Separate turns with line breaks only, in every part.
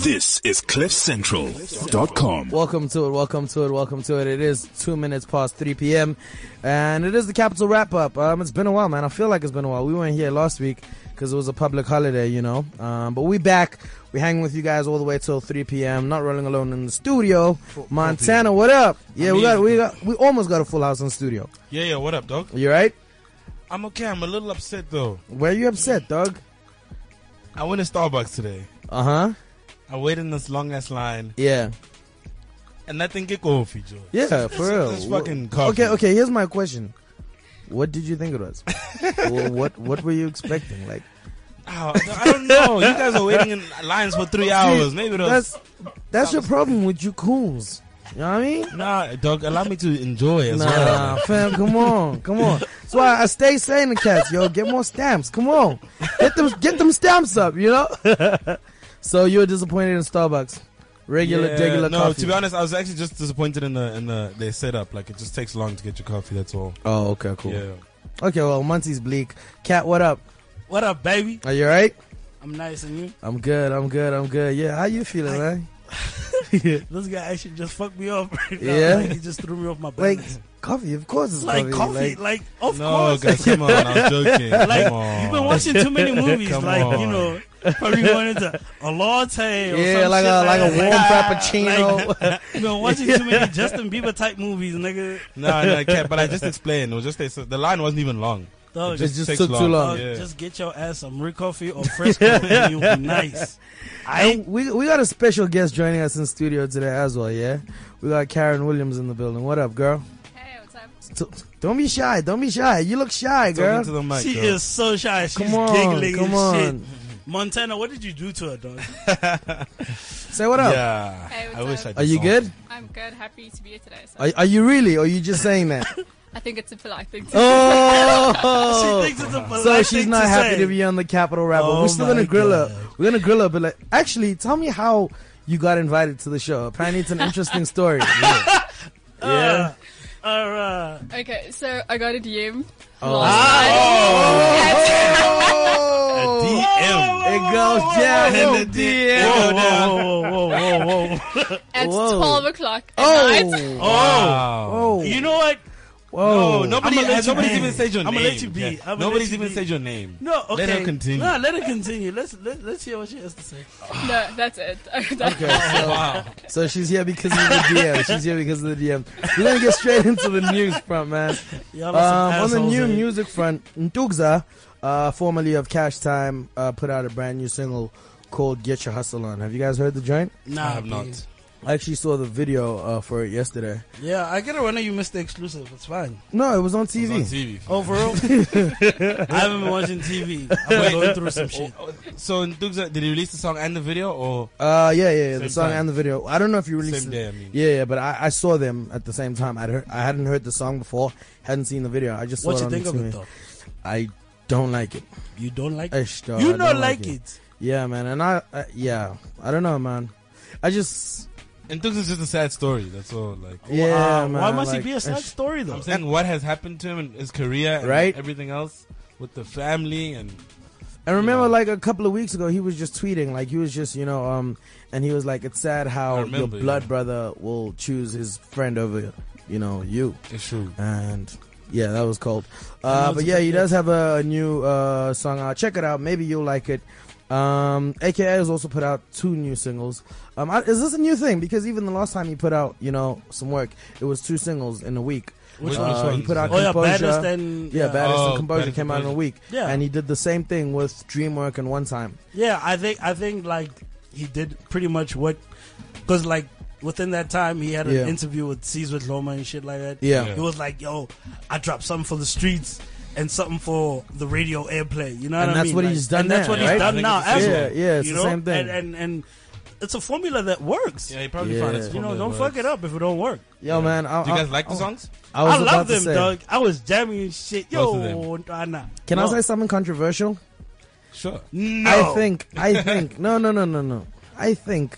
This is CliffCentral.com.
Welcome to it, welcome to it, welcome to it. It is two minutes past 3 p.m. and it is the capital wrap up. Um, it's been a while, man. I feel like it's been a while. We weren't here last week because it was a public holiday, you know. Um, but we back. We hanging with you guys all the way till 3 p.m. Not rolling alone in the studio. Montana, what up? Yeah, we got, we got, we almost got a full house in the studio.
Yeah, yeah, what up, dog?
You right?
I'm okay. I'm a little upset though.
Where you upset, dog?
I went to Starbucks today.
Uh
Uh-huh.
huh.
I waited in this long ass line
Yeah.
and nothing get coffee, Joe.
Yeah, for real.
This
Wha-
fucking coffee.
Okay, okay. Here's my question: What did you think it was? Wha- what What were you expecting? Like,
Ow, Oh, I don't know. You guys are waiting in lines for three hours. Maybe that's
that's that's your problem with you coons. You know what I mean?
nah, dog. Allow me to enjoy as well.
Nah, fam, come on, come on. That's why I stay saying to cats, yo, get more stamps. Come on, get them, get them stamps up. You know. so you were disappointed in Starbucks, regular,
Yeah,
regular
no,
coffee.
to be honest, I was actually just disappointed in the in the their setup. Like it just takes long to get your coffee. That's all.
oh, okay, cool.
Yeah.
Okay, well, Monty's bleak. Cat, what up?
What up, baby?
Are you alright?
I'm nice and you.
I'm good. I'm good. I'm good. Yeah, how you feeling, man?
This guy actually just fucked me off. Right now.
Yeah?
like, he just threw me off my
Like
balance.
coffee, of course it's
like,
coffee.
coffee, like,
Like,
of
No,
course.
guys, come on. I'm joking.
Like,
come on.
You've been watching too many movies.
Come
like you
on.
know, probably going into a latte or
yeah,
some
like
shit
a like a
that.
warm frappuccino.
You've been watching too many Justin Bieber type movies, nigga.
No, no, I can't. But I just explained. It was just they, so the line wasn't even long.
Dog,
It
just,
just
takes
took too long.
dog,
Yeah.
just get your ass some Rick coffee or Fresco, and you'll be nice. I
And we we got a special guest joining us in studio today as well. Yeah, we got Karen Williams in the building. What up, girl?
Hey, what's up?
T- Don't be shy. Don't be shy. You look shy,
Talking
girl.
to the mic.
she
girl.
is so shy. She's
Oh Come on,
giggling
come
and
on.
shit. Montana, what did you do to her, dog?
Say what up.
Yeah.
Hey, what's
I wish
up?
I did
Are you
something.
good?
I'm good. Happy to be here today. So.
Are, are you really? Or are you just saying that?
I think it's a polite thing to
oh.
she thinks it's a polite
so
thing
she's not happy
say.
to be on the Capitol Rap. but
Oh
We're still gonna
my
grill
God.
her. We're gonna grill her. But like, actually, tell me how you got invited to the show. Apparently, it's an interesting story. yeah.
Uh, uh,
do. Okay, so I got a DM.
Oh.
last night.
Oh.
DM.
It goes down
whoa,
in the DM.
whoa,
whoa, whoa, whoa, whoa, whoa, whoa.
At, at
Whoa.
12 o'clock at night.
Oh.
Oh,
Oh.
you know what?
Whoa.
No, Oh, nobody,
I'ma let
has-
you
nobody's
be.
even said your
I'ma
name.
let you be. I'ma
nobody's
let you
even
be.
said your name.
No, okay.
Let her continue.
No, let her continue. Let's let, let's hear what she has to say.
No, that's it.
Okay, so, so she's here because of the DM. She's here because of the DM. We're gonna get straight into the news front, man. Um,
Y'all are
on
some
the
assholes,
new
eh?
music front, Ntugza, uh, formerly of Cash Time, uh, put out a brand new single called "Get Your Hustle On." Have you guys heard the joint?
Nah,
I have
B.
not.
I actually saw the video uh, for it yesterday.
Yeah, I get it whenever you miss the exclusive. It's fine.
No, it was on
It was on
TV.
TV.
Overall, I haven't been watching TV. I've been going through some shit.
Oh,
So Ndugza, did he release the song and the video, or
Uh, yeah, yeah, yeah the
Same
song
time.
and the video. I don't know if you released
same
it.
day? I mean,
Yeah, yeah, but I, I saw them at the same time. I'd heard, I hadn't heard the song before, hadn't seen the video. I just saw
What
it
you
on
think
the
of
TV.
it though?
I don't like it.
You don't like it?
Ish, dog, I
You don't
don't
like it?
Yeah, man, and I, I yeah, I don't know, man. I just
Ndugza's just a sad story. That's all. Like
yeah,
Uh,
man.
Why must
like,
it be a sad
ish.
story though?
I'm saying, what has happened to him in his career, and
Right.
Everything else with the family and
And remember,
Yeah.
like a couple of weeks ago, he was just tweeting, like he was just, you know, um, and he was like, "It's sad how
I remember,
your blood
yeah.
brother will choose his friend over, you know, you."
it's true.
And yeah, that was cold.
know
Uh,
it's
but
a
yeah,
good
he
day.
does have a new uh, song out. Check it out. Maybe you'll like it. Um, AKA has also put out two new singles. Um, I, is this a new thing? Because even the last time he put out, you know, some work, it was two singles in a week.
Which
Uh,
one's
He
one?
put out
Oh yeah,
Composure.
baddest and
Yeah, Baddest
Oh,
and Composure
Baddest
came out in a week.
Composure.
Yeah.
And he did the same thing with Dreamwork and One Time.
Yeah, I think I think like he did pretty much what because like within that time he had an
Yeah.
interview with Caesar Loma and shit like that.
Yeah.
Yeah.
he was like, "Yo, I dropped something for the streets and something for the radio airplay." You know,
And
what I
that's
mean?
what
Like,
he's done
and that's
now,
what
right?
he's
I
done
think
now.
it's the same
as
Yeah,
well,
yeah, it's
you
the
know?
same thing.
and, and and it's a formula that works.
Yeah, he probably
Yeah.
found his.
You
You know,
formula
don't
that
fuck
works.
it up if it don't work.
Yo,
Yeah.
man. I,
Do you guys
I-
like the
I-
songs?
I, was
I,
about
love
to
them,
say.
dog. I was jamming and shit.
Both
Yo, nah.
Can I
no.
say something controversial?
Sure.
No.
I think I think no no no no no. I think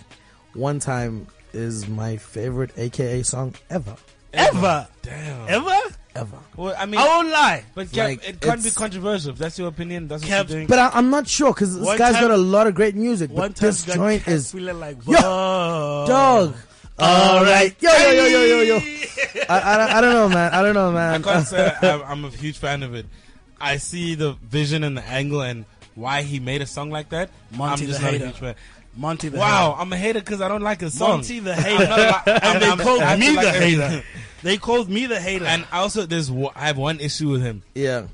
one time is my favorite AKA song ever.
ever,
Damn.
ever. ever.
Well, I mean,
I won't lie.
but Cap,
like,
it can't be
it's-
controversial. If that's your opinion, that's what
Cap-
you're doing.
But I, I'm not sure because this
One
guy's
time-
got a lot of great music.
One
But
time
this
got
joint
Cap
is
feeling like
Yo,
whoa.
dog.
All right.
yo yo yo yo yo yo. I, I, don't- I don't know, man. I don't know,
I
man.
can't say I'm, I'm a huge fan of it. I see the vision and the angle and why he made a song like that.
Monty
I'm just
the
not
hater.
a huge fan.
Monty the
Wow, I'm a hater because I don't like his
hater.
song.
Monty the
I'm
hater.
not li-
and
I'm-
they called
I'm-
me
like
the
everything.
hater. They called me the hater.
And also, there's wo- I have one issue with him,
Yeah.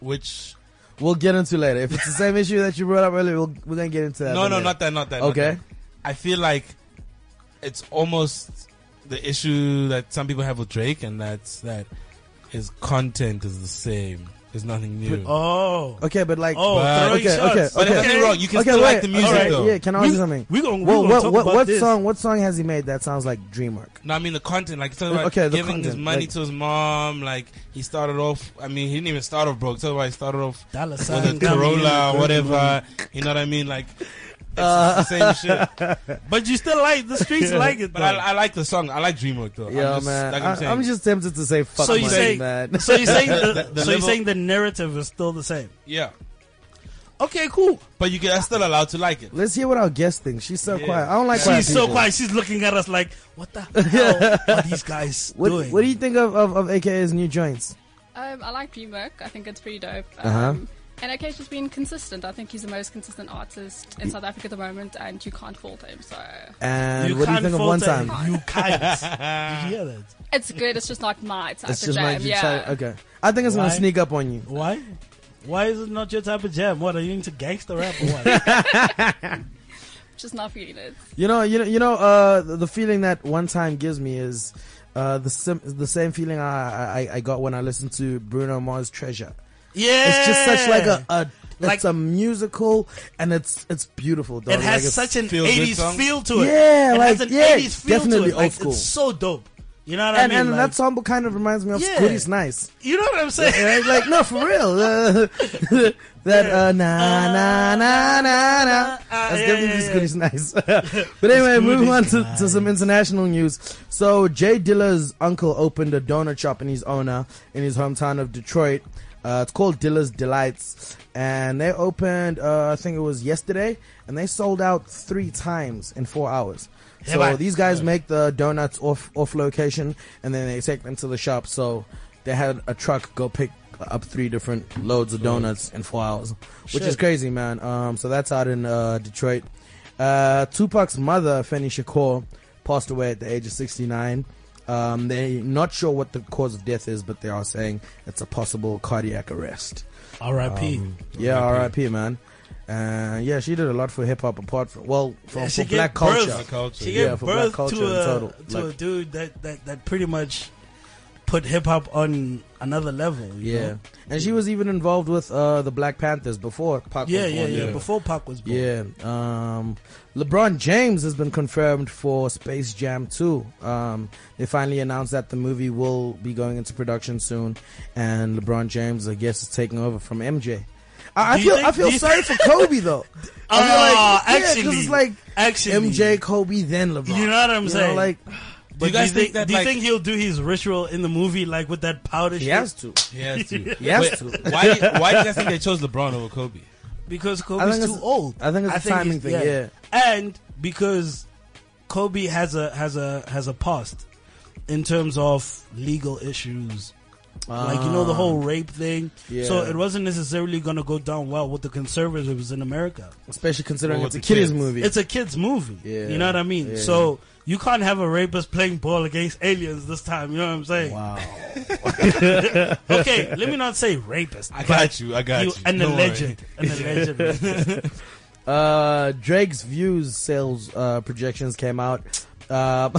which
We'll get into later. If it's the same issue that you brought up earlier, we'll we're gonna get into that.
no, no,
later.
not that, not that. not
Okay.
that. I feel like it's almost the issue that some people have with Drake, and that's that his content is the same. There's nothing new.
oh.
Okay, but like,
Oh,
But-
throwing
okay,
shots.
okay,
but there's nothing wrong. You can
okay,
still
wait,
like the music,
okay,
though.
Yeah, can I ask you something?
We gonna, we
Well,
gonna
what
talk
what,
about
what
this.
song? What song has he made that sounds like dream work?
No, I mean the content, like it's talking about
Okay, the
giving his
content,
money
like-
to his mom. Like he started off. I mean, he didn't even start off broke. Tell about he started off
Dollar sign
with a
coming in
Corolla,
the
or whatever. You know what I mean? Like it's it's the same shit.
But you still like the streets like it.
But
though.
I, I like the song. I like Dreamwork though.
Yeah,
I'm just,
man.
Like
I,
I'm saying,
I'm just tempted to say fuck
so you
money,
say,
man.
so you saying the,
The- the
so you
level-
saying the narrative is still the same.
yeah.
Okay, cool.
But you get still allowed to like it.
Let's hear what our guest thinks. She's so
Yeah.
quiet. I don't like quiet
She's so
people.
quiet. She's looking at us like, what the hell are these guys
What,
doing?
what do you think of, of, of AKA's new joints?
Um, I like Dreamwork. I think it's pretty dope. Um,
Uh-huh.
And okay, has been consistent. I think he's the most consistent artist in South Africa at the moment, and you can't fault him. So
And
You
what do you
can't
think of
fault
one
that.
time?
You can't. Did you hear that?
it's good. It's just not my type
It's
of
just
jam.
like you
yeah.
try- okay. I think it's gonna
Why?
sneak up on you.
Why? Why is it not your type of jam? What are you into gangster rap or what?
Just not feeling it.
You know, you know, you know. Uh, the the feeling that one time gives me is uh, the sim- the same feeling I, I I got when I listened to Bruno Mars Treasure.
yeah,
It's just such like a, a
Like-
it's a musical and it's it's beautiful. Dog.
It has
like it's-
such an
feel good
eighties
song.
feel to it.
Yeah,
it has
like,
an
yeah,
feel
definitely
to it. Like,
old school.
It's so dope. You know what I
and,
mean?
and
Like,
that humble kind of reminds me of
Yeah.
Scooty's Nice.
you know what I'm saying?
Right? Like no, for real. Uh, that uh, na na na na na.
Ah,
That's
yeah,
definitely
yeah, yeah.
Scooty's Nice. but anyway, moving on to, to some international news. So Jay Dilla's uncle opened a donut shop in his honor in his hometown of Detroit. Uh, it's called Dilla's Delights, and they opened. Uh, I think it was yesterday, and they sold out three times in four hours.
Yeah,
So
man.
these guys make the donuts off off location, and then they take them to the shop. So they had a truck go pick up three different loads of donuts in four hours, which is
Shit.
crazy, man. Um, so that's out in uh, Detroit. Uh, Tupac's mother, Fanny Shakur, passed away at the age of 69. Um, they're not sure what the cause of death is, but they are saying it's a possible cardiac arrest.
R.I.P.
Um, Yeah, R.I.P. Man. Uh, yeah, she did a lot for hip hop. Apart from well, for,
Yeah,
for
she
black
gave birth.
culture.
Culture,
She
yeah,
gave
for black
birth
culture
to
in
a
total.
to
Like-
a dude that, that, that pretty much put hip hop on another level. you
Yeah,
know?
and she was even involved with uh, the Black Panthers before Pac.
yeah,
was
yeah,
born.
yeah,
Yeah.
Before Pac was born.
Yeah. Um, LeBron James has been confirmed for Space Jam 2. Um, they finally announced that the movie will be going into production soon, and LeBron James, I guess, is taking over from MJ. I, I
Do you
feel
think-
I feel
do you-
sorry for Kobe though.
Ah,
I feel Uh, yeah, 'cause
actually,
it's like
actually,
MJ, Kobe, then LeBron.
You know what I'm saying?
like
But
you guys
do you
think that,
do you
like-
think he'll do his ritual in the movie like with that powder?
he
shit?
has to.
He has to.
He has
Wait,
to.
Why? do you- Why do you guys think they chose LeBron over Kobe?
because
I
Kobe's
think
too
it's-
old.
I think it's a timing
he's-
thing, yeah.
and because Kobe has a has a has a past in terms of legal issues, like you know
Um,
the whole rape thing.
Ah. Yeah.
So it wasn't necessarily going to go down well with the conservatives in America.
especially considering
Well,
it's a
with the
kiddies
kids.
movie.
It's a kids movie.
Yeah.
You know what I mean?
Yeah.
So you can't have a rapist playing ball against aliens this time. You know what I'm saying?
wow.
Okay, let me not say rapist.
I
but
got you. I got you.
An
Don't worry.
alleged, an alleged. rapist.
Uh, Drake's views sales uh, projections came out. Uh,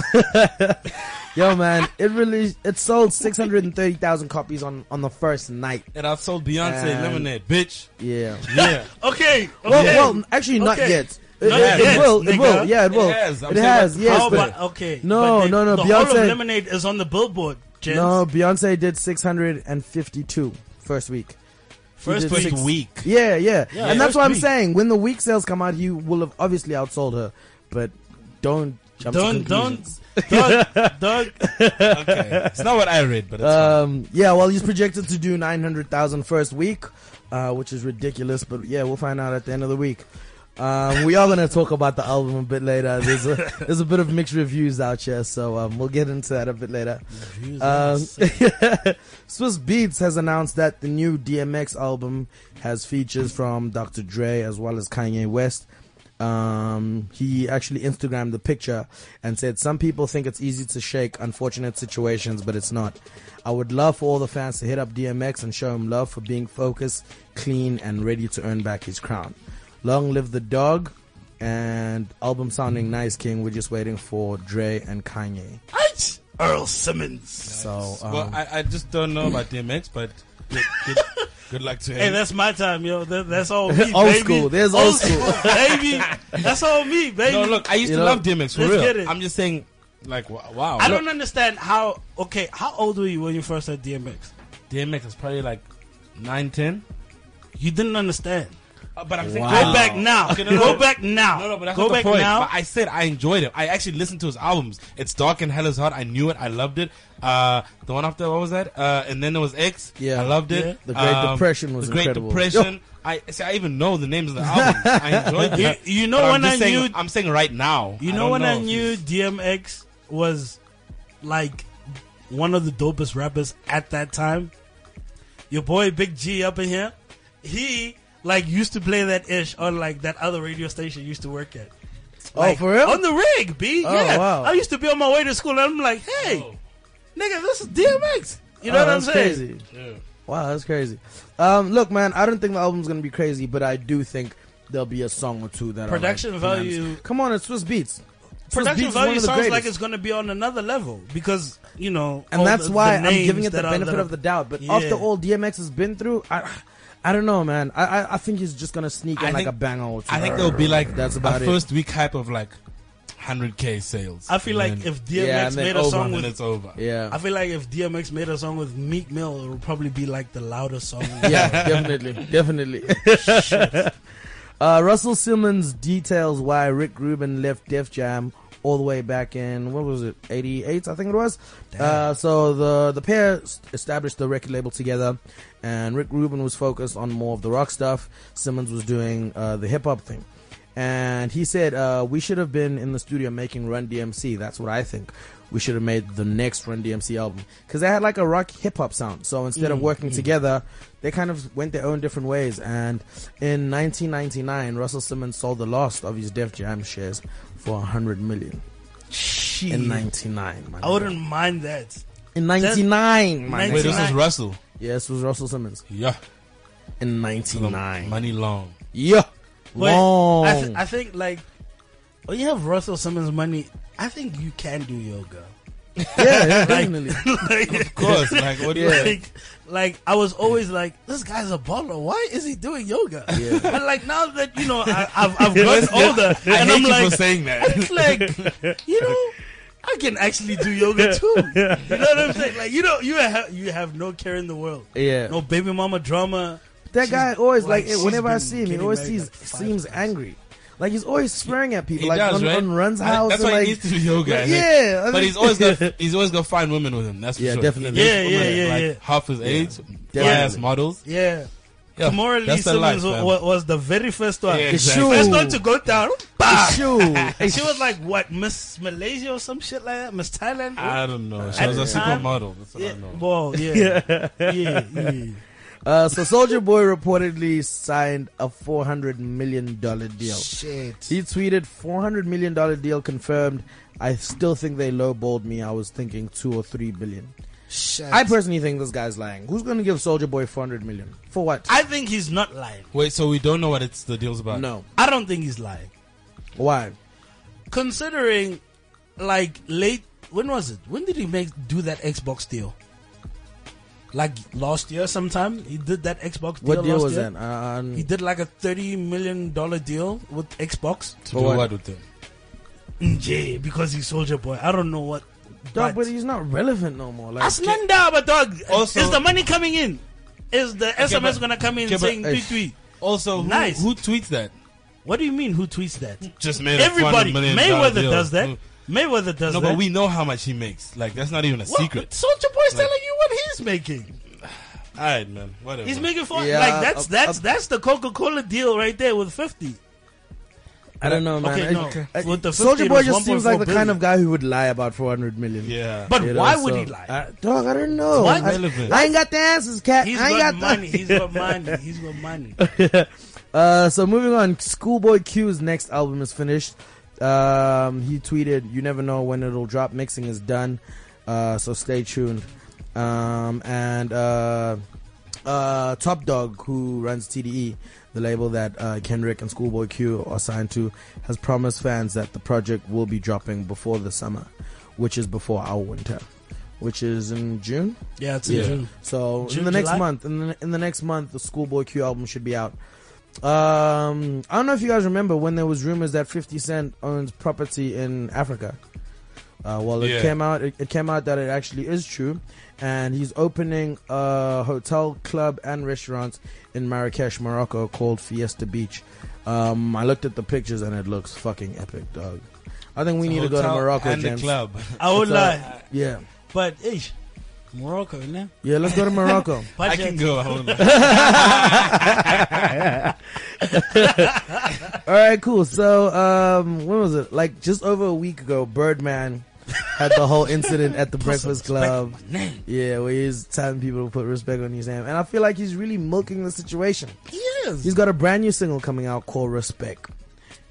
yo, man, it really it sold six hundred and thirty thousand copies on on the first night.
It outsold Beyonce
And-
Lemonade, bitch.
Yeah.
Yeah.
Okay. okay.
Well, well, actually, not
Okay.
yet. It,
Not
it- it
yet,
will. It
nigga.
will. Yeah, it will.
It has. I'm
It
saying
has.
that-
Yes.
How
but-
about okay?
No,
but
no, no,
The whole
Beyonce-
of Lemonade is on the Billboard. Gents.
no, Beyonce did six hundred and fifty-two first week.
first
did
week.
six-
week.
Yeah, yeah,
Yeah,
and that's
first
what I'm
week.
saying. When the week sales come out, he will have obviously outsold her, but don't jump to
Don't,
conclusions.
don't, Doug, Doug.
Okay. it's not what I read, but it's
Um, yeah, well, he's projected to do 900,000 first week, uh, which is ridiculous, but yeah, we'll find out at the end of the week. Um, we are going to talk about the album a bit later. There's a, there's a bit of mixed reviews out here, so um, we'll get into that a bit later. Um, Swiss Beats has announced that the new DMX album has features from Dr. Dre as well as Kanye West. Um, he actually Instagrammed the picture and said, Some people think it's easy to shake unfortunate situations, but it's not. I would love for all the fans to hit up DMX and show him love for being focused, clean, and ready to earn back his crown. Long live the dog and album sounding nice, King. We're just waiting for Dre and Kanye.
Earl Simmons.
So, um,
well, I, I just don't know about DMX, but good, good, good luck to him.
Hey, that's my time, yo. That, that's all me,
Old
baby.
school. There's old school.
baby. That's all me, baby.
no, look, I used
You
to
know,
love DMX for
let's
real.
get it.
I'm just saying, like, wa- wow.
I don't understand how. Okay, how old were you when you first heard DMX?
DMX is probably like nine, ten.
You didn't understand.
Uh, but I'm saying,
Go back now.
Okay, no, no,
Go
no.
back now.
No, no, but that's
Go
not
back
the point.
now.
But I said I enjoyed it. I actually listened to his albums. It's Dark and Hell is Hot. I knew it. I loved it. Uh, the one after what was that? Uh, and then there was X.
Yeah.
I loved it. Um,
Yeah. The Great Depression was
The Great
incredible.
Depression. I see. I even know the names of the albums. I enjoyed
You-
it.
you know
But I'm
when
just
I
saying,
knew-
I'm saying right now.
you know
don't
when I
if
knew
he's-
DMX was like one of the dopest rappers at that time? Your boy Big G up in here. He like used to play that ish on like that other radio station he used to work at.
oh, for real?
On the rig, B.
Oh,
yeah.
wow.
I used to be on my way to school and I'm like, hey, nigga, this is DMX. You know
Oh,
what I'm
that's
saying?
Crazy. Wow, that's crazy. Um, look, man, I don't think the album's gonna be crazy, but I do think there'll be a song or two that are, like,
Production value-
bananas. Come on, it's Swiss Beats. Swiss Beats
Production
is one
value
of the
sounds like
greatest.
it's going to be on another level because, you know.
and
all
that's
the-
why
the
I'm giving
names
it the
that are-
benefit
that are-
of the doubt. But
Yeah.
after all DMX has been through, I, I don't know, man. I, I, I think he's just gonna sneak in
I
like
think-
a banger or two.
I think there'll be like
That's
that's
about
about
it.
first week hype of like 100k sales.
I feel like
And
if DMX
Yeah, and then
made a
over
song
then
with.
it's over.
yeah,
I feel like if DMX made a song with Meek Mill, it would probably be like the loudest song.
yeah, definitely, definitely. uh, Russell Simmons details why Rick Rubin left Def Jam all the way back in what was it, '88? I think it was. Uh, so the the pair s- established the record label together, and Rick Rubin was focused on more of the rock stuff. Simmons was doing uh, the hip hop thing. And he said, uh, We should have been in the studio making Run DMC. That's what I think. We should have made the next Run DMC album. Because they had like a rock hip hop sound. So instead of working together, they kind of went their own different ways. And in 1999, Russell Simmons sold the last of his Def Jam shares for 100 million.
Shit.
In 99, man.
I wouldn't mind that.
In 99, man.
Wait, this is
99.
Russell.
Yes, it was Russell Simmons.
Yeah.
In 99.
Money long.
Yeah.
But
Long.
I, th- I think like when you have Russell Simmons' money, I think you can do yoga.
yeah, yeah, definitely.
like,
Of course. like what do you?
Yeah.
like, like I was always like, this guy's a baller. Why is he doing yoga? But like now that you know, I, I've I've gotten older,
I
and
hate
I'm
you
like,
for saying that.
it's like, you know, I can actually do yoga too. You know what I'm saying? Like, you know, you have you have no care in the world,
yeah.
no baby mama drama.
That
She's-
guy always like,
like, she's
whenever I
been
see him, he
getting
always
married,
sees,
like, five
seems
times.
angry. Like he's always swearing at people.
He
like
does,
on,
right?
on Run's
I-
house.
That's
and,
why
like,
he needs to do yoga. I
like,
think.
yeah, I
but
mean-
he's always got he's always got fine women with him. That's for
Yeah,
sure.
definitely.
He
Yeah,
dates
yeah,
women,
yeah,
like
yeah.
half his age, yeah, ass
definitely.
models.
Yeah.
Yeah,
Tamora Lee
that's the life,
Simmons wa-
man.
wa- was the very first one.
Yeah,
The
exactly.
shoe.
First one to go down. bah!
Shoo.
And she was like, what, Miss Malaysia or some shit like that? Miss Thailand?
I don't know. She
At
was a
the time-
supermodel. That's what
yeah.
I know.
Whoa, yeah. yeah. yeah.
Uh, so Soldier Boy reportedly signed a four hundred million dollar deal.
Shit.
He tweeted four hundred million dollar deal confirmed. I still think they lowballed me. I was thinking two or three billion.
Shit.
I personally think this guy's lying. Who's gonna give Soldier Boy four hundred million for what?
I think he's not lying.
Wait, so we don't know what it's the deal's about.
no.
I don't think he's lying.
Why?
Considering, like, late. When was it? When did he make do that Xbox deal? Like last year, sometime he did that Xbox deal.
What deal
last
was
year.
that? Uh,
He did like a thirty million dollar deal with Xbox.
To
For
do
what?
what with them?
Yeah, because he's Soldier Boy. I don't know what.
dog, but he's not relevant no more. Like,
That's Nanda, but dog.
Also-
is the money coming in? Is the SMS
but-
gonna come in
okay, but-
saying
Hey.
tweet tweet?
Also, who,
Nice.
who tweets that?
What do you mean? Who tweets that?
Just made
Everybody.
A $400 million
Mayweather
deal.
does that.
Who-
Mayweather does
No,
that.
but we know how much he makes. Like that's not even a
Well,
secret.
So your boy's telling you what he's making.
All right, man. Whatever.
He's making four.
Yeah,
like that's
up-
that's
up-
that's the Coca Cola deal right there with fifty.
I don't know, man.
Okay, no.
I,
With the
Soldier
50,
Boy
it was
just seems like
1.4
the kind
billion.
of guy who would lie about 400 million.
Yeah.
But
You know,
why would
so-
he lie?
I, dog, I don't know.
Why-
I,
Relevant.
I ain't got the answers, cat.
He's
I ain't got
got money.
the-
He's got money. He's got money.
Uh, so moving on, Schoolboy Q's next album is finished. Um, he tweeted, "You never know when it'll drop. Mixing is done, uh, so stay tuned." Um, and uh, uh, Top Dog, who runs TDE, the label that uh, Kendrick and Schoolboy Q are signed to, has promised fans that the project will be dropping before the summer, which is before our winter, which is in June.
Yeah, it's in
Yeah.
June.
So
June,
in the next
July?
month, in the, in the next month, the Schoolboy Q album should be out. Um, I don't know if you guys remember when there was rumors that Fifty Cent owns property in Africa. Uh, well, it
Yeah.
came out. It, it came out that it actually is true, and he's opening a hotel, club, and restaurant in Marrakesh, Morocco, called Fiesta Beach. Um, I looked at the pictures and it looks fucking epic, dog. I think we need to go to
Hotel
Morocco,
and
James.
the club.
I would
It's, uh,
lie,
Yeah,
but ish, Morocco, man.
yeah. Let's go to Morocco.
I
Budget.
can go. I wanna lie.
All right, cool. So, um, when was it? Like just over a week ago, Birdman had the whole incident at the Breakfast Club. Yeah, where he's telling people to put respect on his name, and I feel like he's really milking the situation.
He is.
He's got a brand new single coming out called Respect.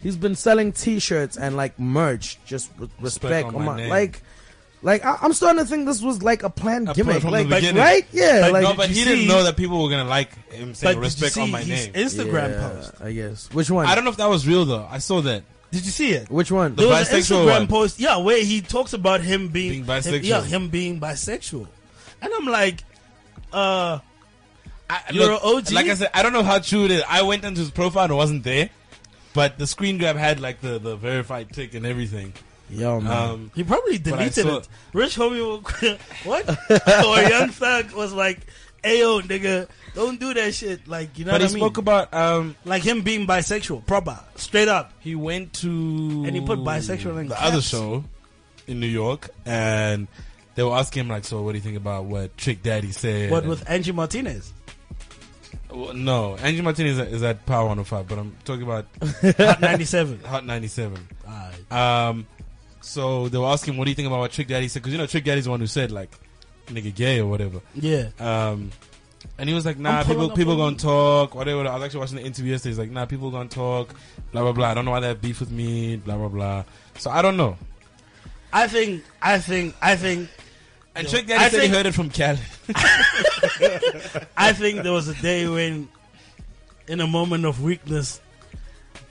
He's been selling T-shirts and like merch, just with respect,
on
on
my
my-
name.
like. Like I, I'm starting to think this was like a planned
A plan
gimmick,
from the
like, like,
beginning.
right? Yeah,
Like,
like
no, but
did
he
you see-
didn't know that people were gonna like him
But
saying
did
respect
you see
on my
his
name.
Instagram
Yeah,
post.
I guess. Which one?
I don't know if that was real though. I saw that.
Did you see it?
Which one?
The
There was an
bisexual
Instagram
one.
post, yeah, where he talks about him being,
Being bisexual.
yeah, him being bisexual, and I'm like, uh,
I,
You're a OG?
Like I said, I don't know how true it is. I went into his profile and it wasn't there, but the screen grab had like the, the verified tick and everything.
Yo,
Mm-hmm.
man.
Um,
he probably
But I
deleted
saw
it.
it.
Rich homie, will- what? or Young Thug was like, "Ayo, nigga, don't do that shit." Like, you know
but he
what I mean?
spoke about um,
like him being bisexual, proper, straight up.
he went to and
he put bisexual in
the
caps.
other show in New York, and they were asking him like, "So what do you think about what Trick Daddy said?"
What with Angie Martinez?
Well, no, Angie Martinez is, is at Power 105, but I'm talking about
Hot 97.
Hot 97.
Alright.
Um, so they were asking, "What do you think about what Trick Daddy said?" Because you know Trick Daddy's the one who said like, "Nigga gay" or whatever.
yeah.
Um, and he was like, nah,
I'm pulling
people
up
people
on
gonna
you.
talk, whatever. I was actually watching the interview yesterday. He's like, nah, people gonna talk, blah blah blah. I don't know why they have beef with me, blah blah blah. So I don't know.
I think, I think, I think,
And
Yo,
Trick Daddy
I
said
think-
he heard it from Cal.
I think there was a day when, in a moment of weakness,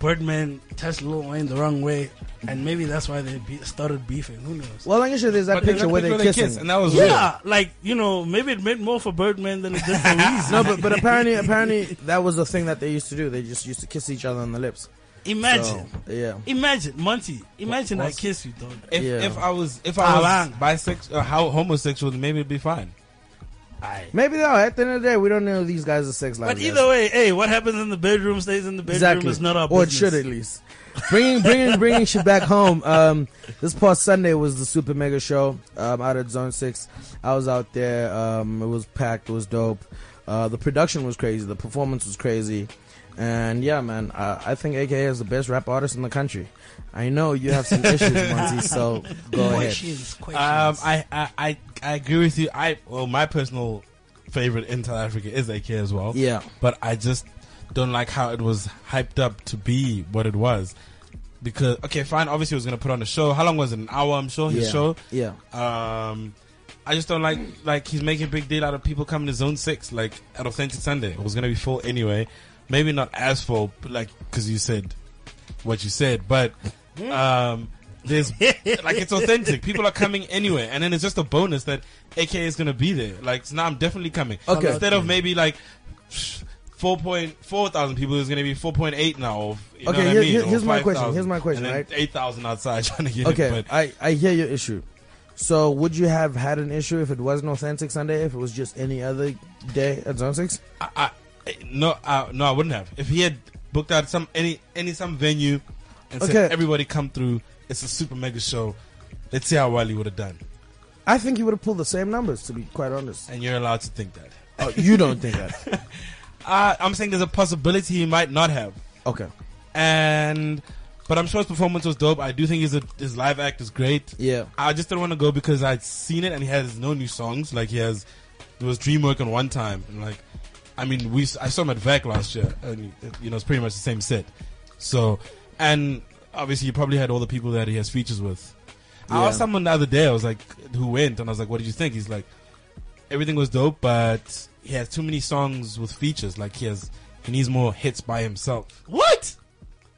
Birdman touched Lil Wayne the wrong way, and maybe that's why they be- started beefing. Who knows?
Well, I'm sure there's that
But
picture
that
where they're
they
kissing.
kiss, and that was real.
Yeah, like you know, maybe it meant more for Birdman than it did for Weezy.
No, but but apparently apparently that was the thing that they used to do. They just used to kiss each other on the lips. So,
Imagine,
yeah.
imagine, Monty. Imagine I
What's-
kiss you, dog.
If
Yeah.
if I was if I was
Alang.
bisexual, uh, how homosexual, then maybe it'd be fine.
Maybe they are. At the end of the day, we don't know these guys' sex lives.
But either way, hey, what happens in the bedroom stays in the bedroom.
exactly,
It's not our
or it
business.
should at least. bringing bringing bringing shit back home. Um, this past Sunday was the Super Mega Show um, out at Zone Six. I was out there. Um, it was packed. It was dope. Uh, the production was crazy. The performance was crazy. And yeah, man, I, I think AKA is the best rap artist in the country. I know you have some issues, Monty. So go ahead.
Questions, questions.
Um, I, I I I agree with you. I well, my personal favorite in South Africa is AK as well.
Yeah.
but I just don't like how it was hyped up to be what it was. Because okay, fine. Obviously, it was gonna put on a show. How long was it? An hour, I'm sure. His
yeah.
show.
Yeah.
Um, I just don't like like he's making a big deal out of people coming to Zone Six. Like at Authentic Sunday, it was gonna be full anyway. Maybe not as full, but like because you said what you said, but um, there's like it's authentic. People are coming anyway, and then it's just a bonus that AK is gonna be there. Like now, I'm definitely coming.
Okay.
Instead of maybe like four point four thousand people, there's gonna be four point eight now. Or, you know
Okay,
what I
here-
mean?
here-
Or
here's my question,
5,000,
here's my question,
and then
right?
Eight thousand outside trying to get
Okay,
it. But
I, I hear your issue. So, would you have had an issue if it wasn't Authentic Sunday, if it was just any other day at Zone 6?
I, I no, I, no, I wouldn't have. If he had booked out some any any some venue and
Okay.
said everybody come through, it's a super mega show. Let's see how Wally would have done.
I think he would have pulled the same numbers, to be quite honest.
And you're allowed to think that.
Oh, you don't think that?
Uh, I'm saying there's a possibility he might not have.
Okay.
And but I'm sure his performance was dope. I do think his his live act is great.
Yeah.
I just didn't want to go because I'd seen it and he has no new songs. Like he has, there was Dreamwork on one time, and like, I mean, we I saw him at VAC last year, and you know it's pretty much the same set. So, and obviously he probably had all the people that he has features with. I
Yeah.
asked someone the other day. I was like, who went? And I was like, what did you think? He's like, everything was dope, but he has too many songs with features. Like he has, he needs more hits by himself.
What?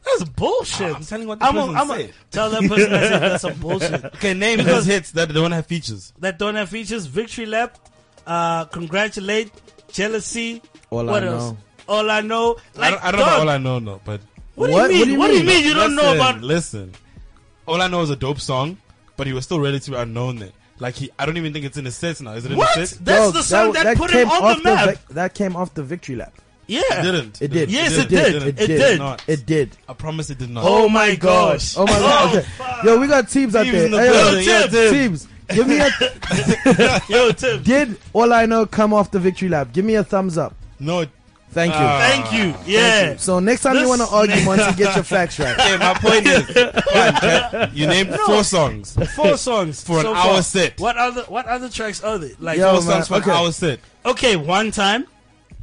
That's bullshit.
I'm telling you what the person said.
tell that person I said that's some bullshit.
Okay, name those hits that don't have features.
That don't have features. Victory lap. Uh, congratulate. Jealousy.
All I
what
Know.
else? All I know.
I
Like,
don't, I don't know about
dog,
all I know, no, but
What,
What?
do you mean? What do you mean you, don't know
Listen,
about?
Listen, all I know is a dope song, but he was still relatively unknown then. Like he, I don't even think it's in his sets now. Is it in
What?
the sets?
That's
Dog,
the song that, put him
came
on
off
the map.
vic- that came off the victory lap.
It
yeah.
didn't.
It did.
Yes, it
did.
did.
It
It
did.
did.
Not.
It did.
I promise it did not.
Oh my gosh.
Oh my god. Okay. Yo, we got teams out
Teams
there.
in the
Hey, yo,
building. Yeah,
teams.
teams.
Give me a
Yo, Tim.
did all I know come off the victory lap. Give me a thumbs up.
No,
Thank you.
Ah.
Thank you. Yeah.
So next time you
This
want to argue, Monty, get your facts right.
okay, my point is, fine, Jack, you named four songs.
Four songs
For an
so
hour
far.
set.
What other What other tracks are there? Like,
Yo,
Four
man,
songs for
Oh okay.
an hour set.
okay, one time,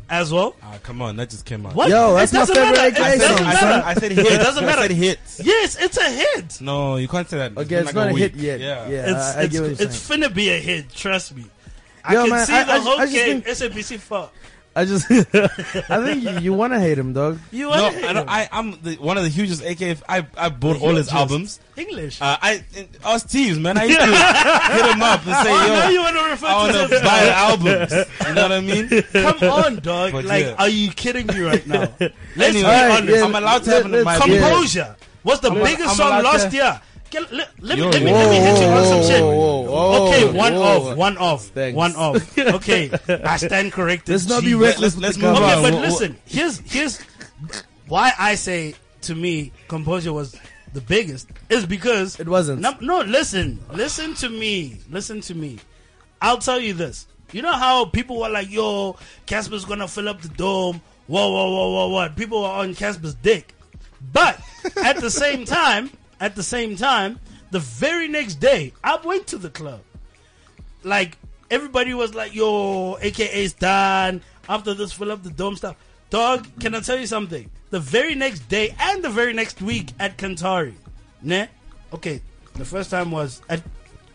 as well.
Ah, come on, that just came out.
What?
Yo, that's
it
my
doesn't
favorite AKA
matter. It
I said,
doesn't
song,
I said,
matter.
I said hits.
It doesn't
I
matter.
said hits.
Yes, it's a hit.
No, you can't say that. It's
Okay,
been
it's
like
not a
week.
hit yet. Yeah,
It's
I, I get what
it's,
you're
it's
saying.
finna be a hit. Trust me. I
Yo,
can
man,
see
I-
the
I ju-
whole
I just
game.
think-
SABC fuck.
I just, I think you, you want to hate him, dog.
You
No,
want
I, don't, I I'm the, one of the hugest. AKA, f- I I bought all his albums.
English.
Uh, I us teams, man. I used to hit him up and say,
oh, now
"Yo,
you want to refer
I
to
want to
this-
buy albums." You know what I mean?
Come on, dog.
But
like,
yeah.
are you kidding me right now? Let's
Anyway,
be
Alright,
honest.
yeah,
I'm allowed to have it in
let's-
my
yeah.
Composure was the
I'm a-
biggest
I'm
song
allowed
last
to-
year. Can- le- let, me,
Yo,
let, me,
whoa,
let me hit you on some
whoa,
shit.
whoa, whoa,
okay, one
whoa.
off, one off,
Thanks.
one off. Okay, I stand corrected.
Let's not be
Gee.
reckless with
let's
the
move
cover.
on.
Okay, but
Wha- wha-
listen, here's here's why I say to me composure was the biggest is because
It wasn't.
No, no, listen, listen to me, listen to me. I'll tell you this. You know how people were like, "Yo, Casper's gonna fill up the dome." Whoa, whoa, whoa, whoa, whoa! People were on Casper's dick, but at the same time, at the same time, the very next day, I went to the club like everybody was like, "Yo, AKA's done." After this, fill up the dome stuff. Dog, can I tell you something? The very next day and the very next week at Kantari, ne? Okay, the first time was at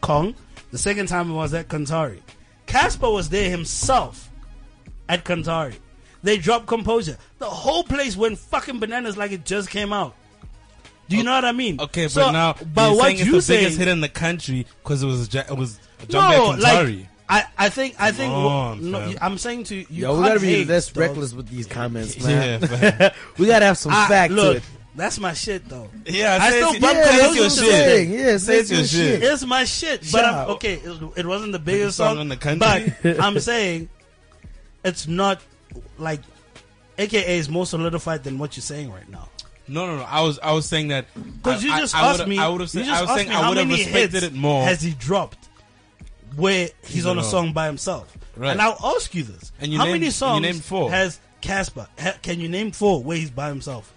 Kong. The second time was at Kantari. Casper was there himself at Kantari. They dropped Composure. The whole place went fucking bananas like it just came out. Do you know what I mean?
Okay, but
So,
now,
but
you're
what
saying it's
you
the
say
biggest hit in the country because it was a, ja- it was a jump
no,
back
like
Kintari.
I, I think I think
on,
no,
fam.
I'm saying to you, you
Yo, we
can't
gotta be
hate,
less
dog.
reckless with these comments,
yeah,
man.
but-
We gotta have some
I-
fact
Ah, look,
to it.
that's my shit though.
yeah.
I
say
still
it's-
bump
yeah,
Kintari
it's your
to the
shit.
thing. Yeah,
say it's your shit.
It's my shit, but I'm,
Shout.
okay, it, it wasn't the biggest
song
song
in the country.
But I'm saying it's not like AKA is more solidified than what you're saying right now.
No, no, no. I was, I was saying that
Because
I-
you
I-
just
I
asked
would've-
me,
I would have said,
you
I
just
was
asked
saying,
me
I
how
would have
many
respected
hits
it more.
Has he dropped where he's on a
No.
song by himself?
Right.
And I'll ask you this:
And you
How
named-
many
you
songs
named four.
has Casper? Ha, can you name four where he's by himself?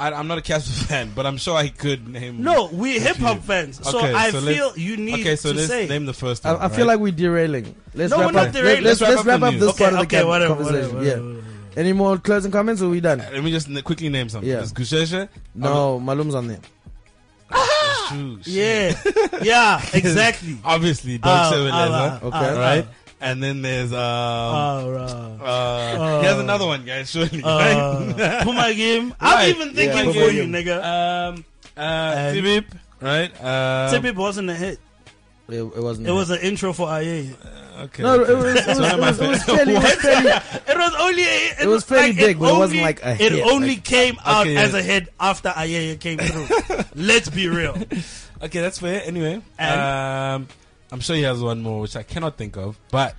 I, I'm not a Casper fan, but I'm sure I could name.
No, we're hip hop
you-
fans, so
Okay,
I
so let's-
feel you need
Okay, so
to
let's
say.
name the first
I,
one.
I feel
right?
like we're derailing. Let's
No,
wrap
we're not
up.
derailing.
Let's, let's, wrap up
the
this
news.
part of the
Okay,
cap-
whatever,
conversation.
whatever,
yeah.
whatever, whatever.
Any more closing comments? Or we done?
Let me just n- quickly name something.
Yeah.
It's Gushesha.
No, Malum's on there.
Shoes.
yeah, yeah, exactly.
Obviously, Dog
Uh,
Seven
uh,
Leza,
uh,
Okay.
uh,
right? And then there's um. Uh,
uh,
he has another one, guys. Surely. right?
uh, Puma game. I'm
Right.
even
Puma
thinking for you,
Game.
nigga.
um. Uh. Tibip. Right. Um,
Tip it wasn't a hit.
It, it wasn't.
It was an intro for IA.
Okay.
No, it
okay.
was. It was,
one
it
of my
was, it was
fa-
fairly. It was fairly
It was only a, it,
It was fairly big, but it
only-
wasn't like a hit,
It only
like-
came out
Okay, yeah.
as a hit after Ayaya came through. Let's be real.
okay, that's fair. Anyway,
And?
um, I'm sure he has one more, which I cannot think of, but.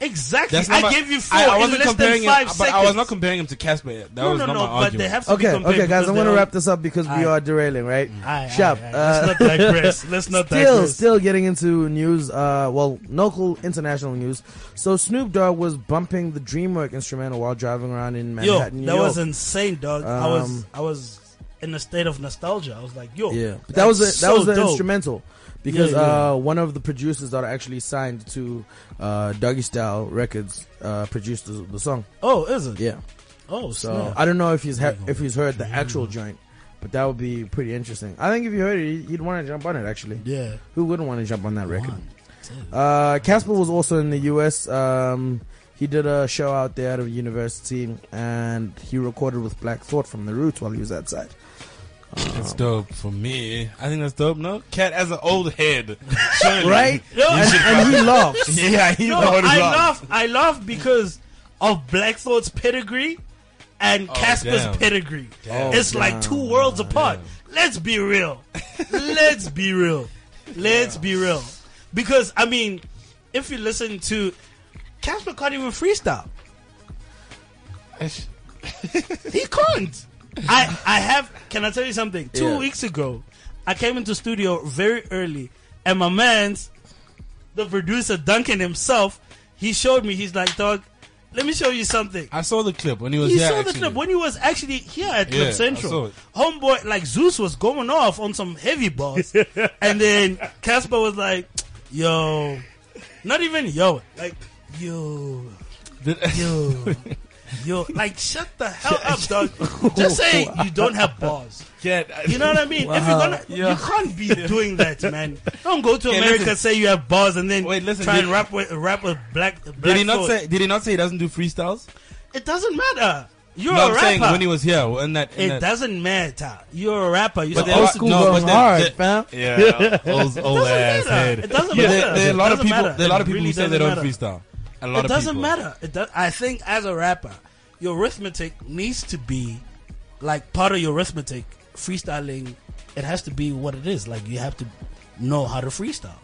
Exactly.
not
I
my-
gave you four
I, I
in
wasn't
less
comparing
than five
him,
seconds.
But I was not comparing him to Casper. That
no,
was
no,
not
no.
my
but
argument.
they have to be
Okay,
compared
okay, guys, I'm
because
going to
they're
wrap this up because we
Aight. Mm.
are derailing, right?
Aye, aye,
Sharp.
aye.
Uh,
Let's not digress. Let's not
still,
digress.
still getting into news. Uh, well, local international news. So Snoop Dogg was bumping the DreamWork instrumental while driving around in
yo,
Manhattan, New
that
York.
was insane, dog. I was
Um,
I was in a state of nostalgia. I was like, yo,
yeah, but that was a, that
that's so
was the
dope.
instrumental because
Yeah, yeah.
Uh, one of the producers that are actually signed to uh, Doggy Style Records uh, produced the, the song.
Oh, is it?
Yeah,
Oh,
so
snap.
I don't know if he's ha- if he's heard the actual joint, but that would be pretty interesting. I think if you heard it, you'd want to jump on it. Actually,
yeah.
who wouldn't want to jump on that record?
One, two.
Uh, Casper was also in the U.S. Um, he did a show out there at a university, and he recorded with Black Thought from the Roots while he was outside.
That's dope for me. I think that's dope. No, cat as an old head, surely.
Right?
Yo,
and, and he laughs.
Yeah, he
No,
always
I
laugh.
laugh. I laugh because of Black Thought's pedigree and Casper's
Oh, damn.
pedigree.
Damn.
it's like two worlds apart. Let's be real. Let's be real. Let's be real. Because I mean, if you listen to Casper can't even freestyle. He can't. I I have. Can I tell you something? Two
Yeah.
weeks ago, I came into studio very early, and my man's, the producer Duncan himself, he showed me. He's like, dog, let me show you something.
I saw the clip when he was
He
here.
saw the
actually.
clip when he was actually here at
Yeah, I
Clip
saw
Central.
it.
Homeboy, like Zeus was going off on some heavy balls, and then Casper was like, yo, not even yo, like yo. Yo, yo, like shut the hell up, dog. Just say you don't have bars.
Cat,
You know what I mean? If you're gonna,
Yeah.
you can't be doing that, man. Don't go to
Okay,
America
listen.
say you have bars and then
Wait, listen,
try
did-
and rap with rap with black. black
Did he not
Thought.
say? Did he not say he doesn't do freestyles?
It doesn't matter. You're
no,
a
I'm
rapper.
saying when he was here. In that, in
it
that,
doesn't matter. You're a rapper. You're
But
but
there
Old
are-
school
no, but
going
they-
hard,
they-
fam.
yeah, old, old ass
doesn't matter.
head.
It doesn't
But
matter.
There, there are a lot of
Doesn't
people.
matter.
There are a lot
It
of people
really
who say
doesn't
they don't
matter.
freestyle. A lot
it
of
doesn't
people.
matter. It does, I think as a rapper, your arithmetic needs to be like part of your arithmetic. Freestyling, it has to be what it is. Like you have to know how to freestyle.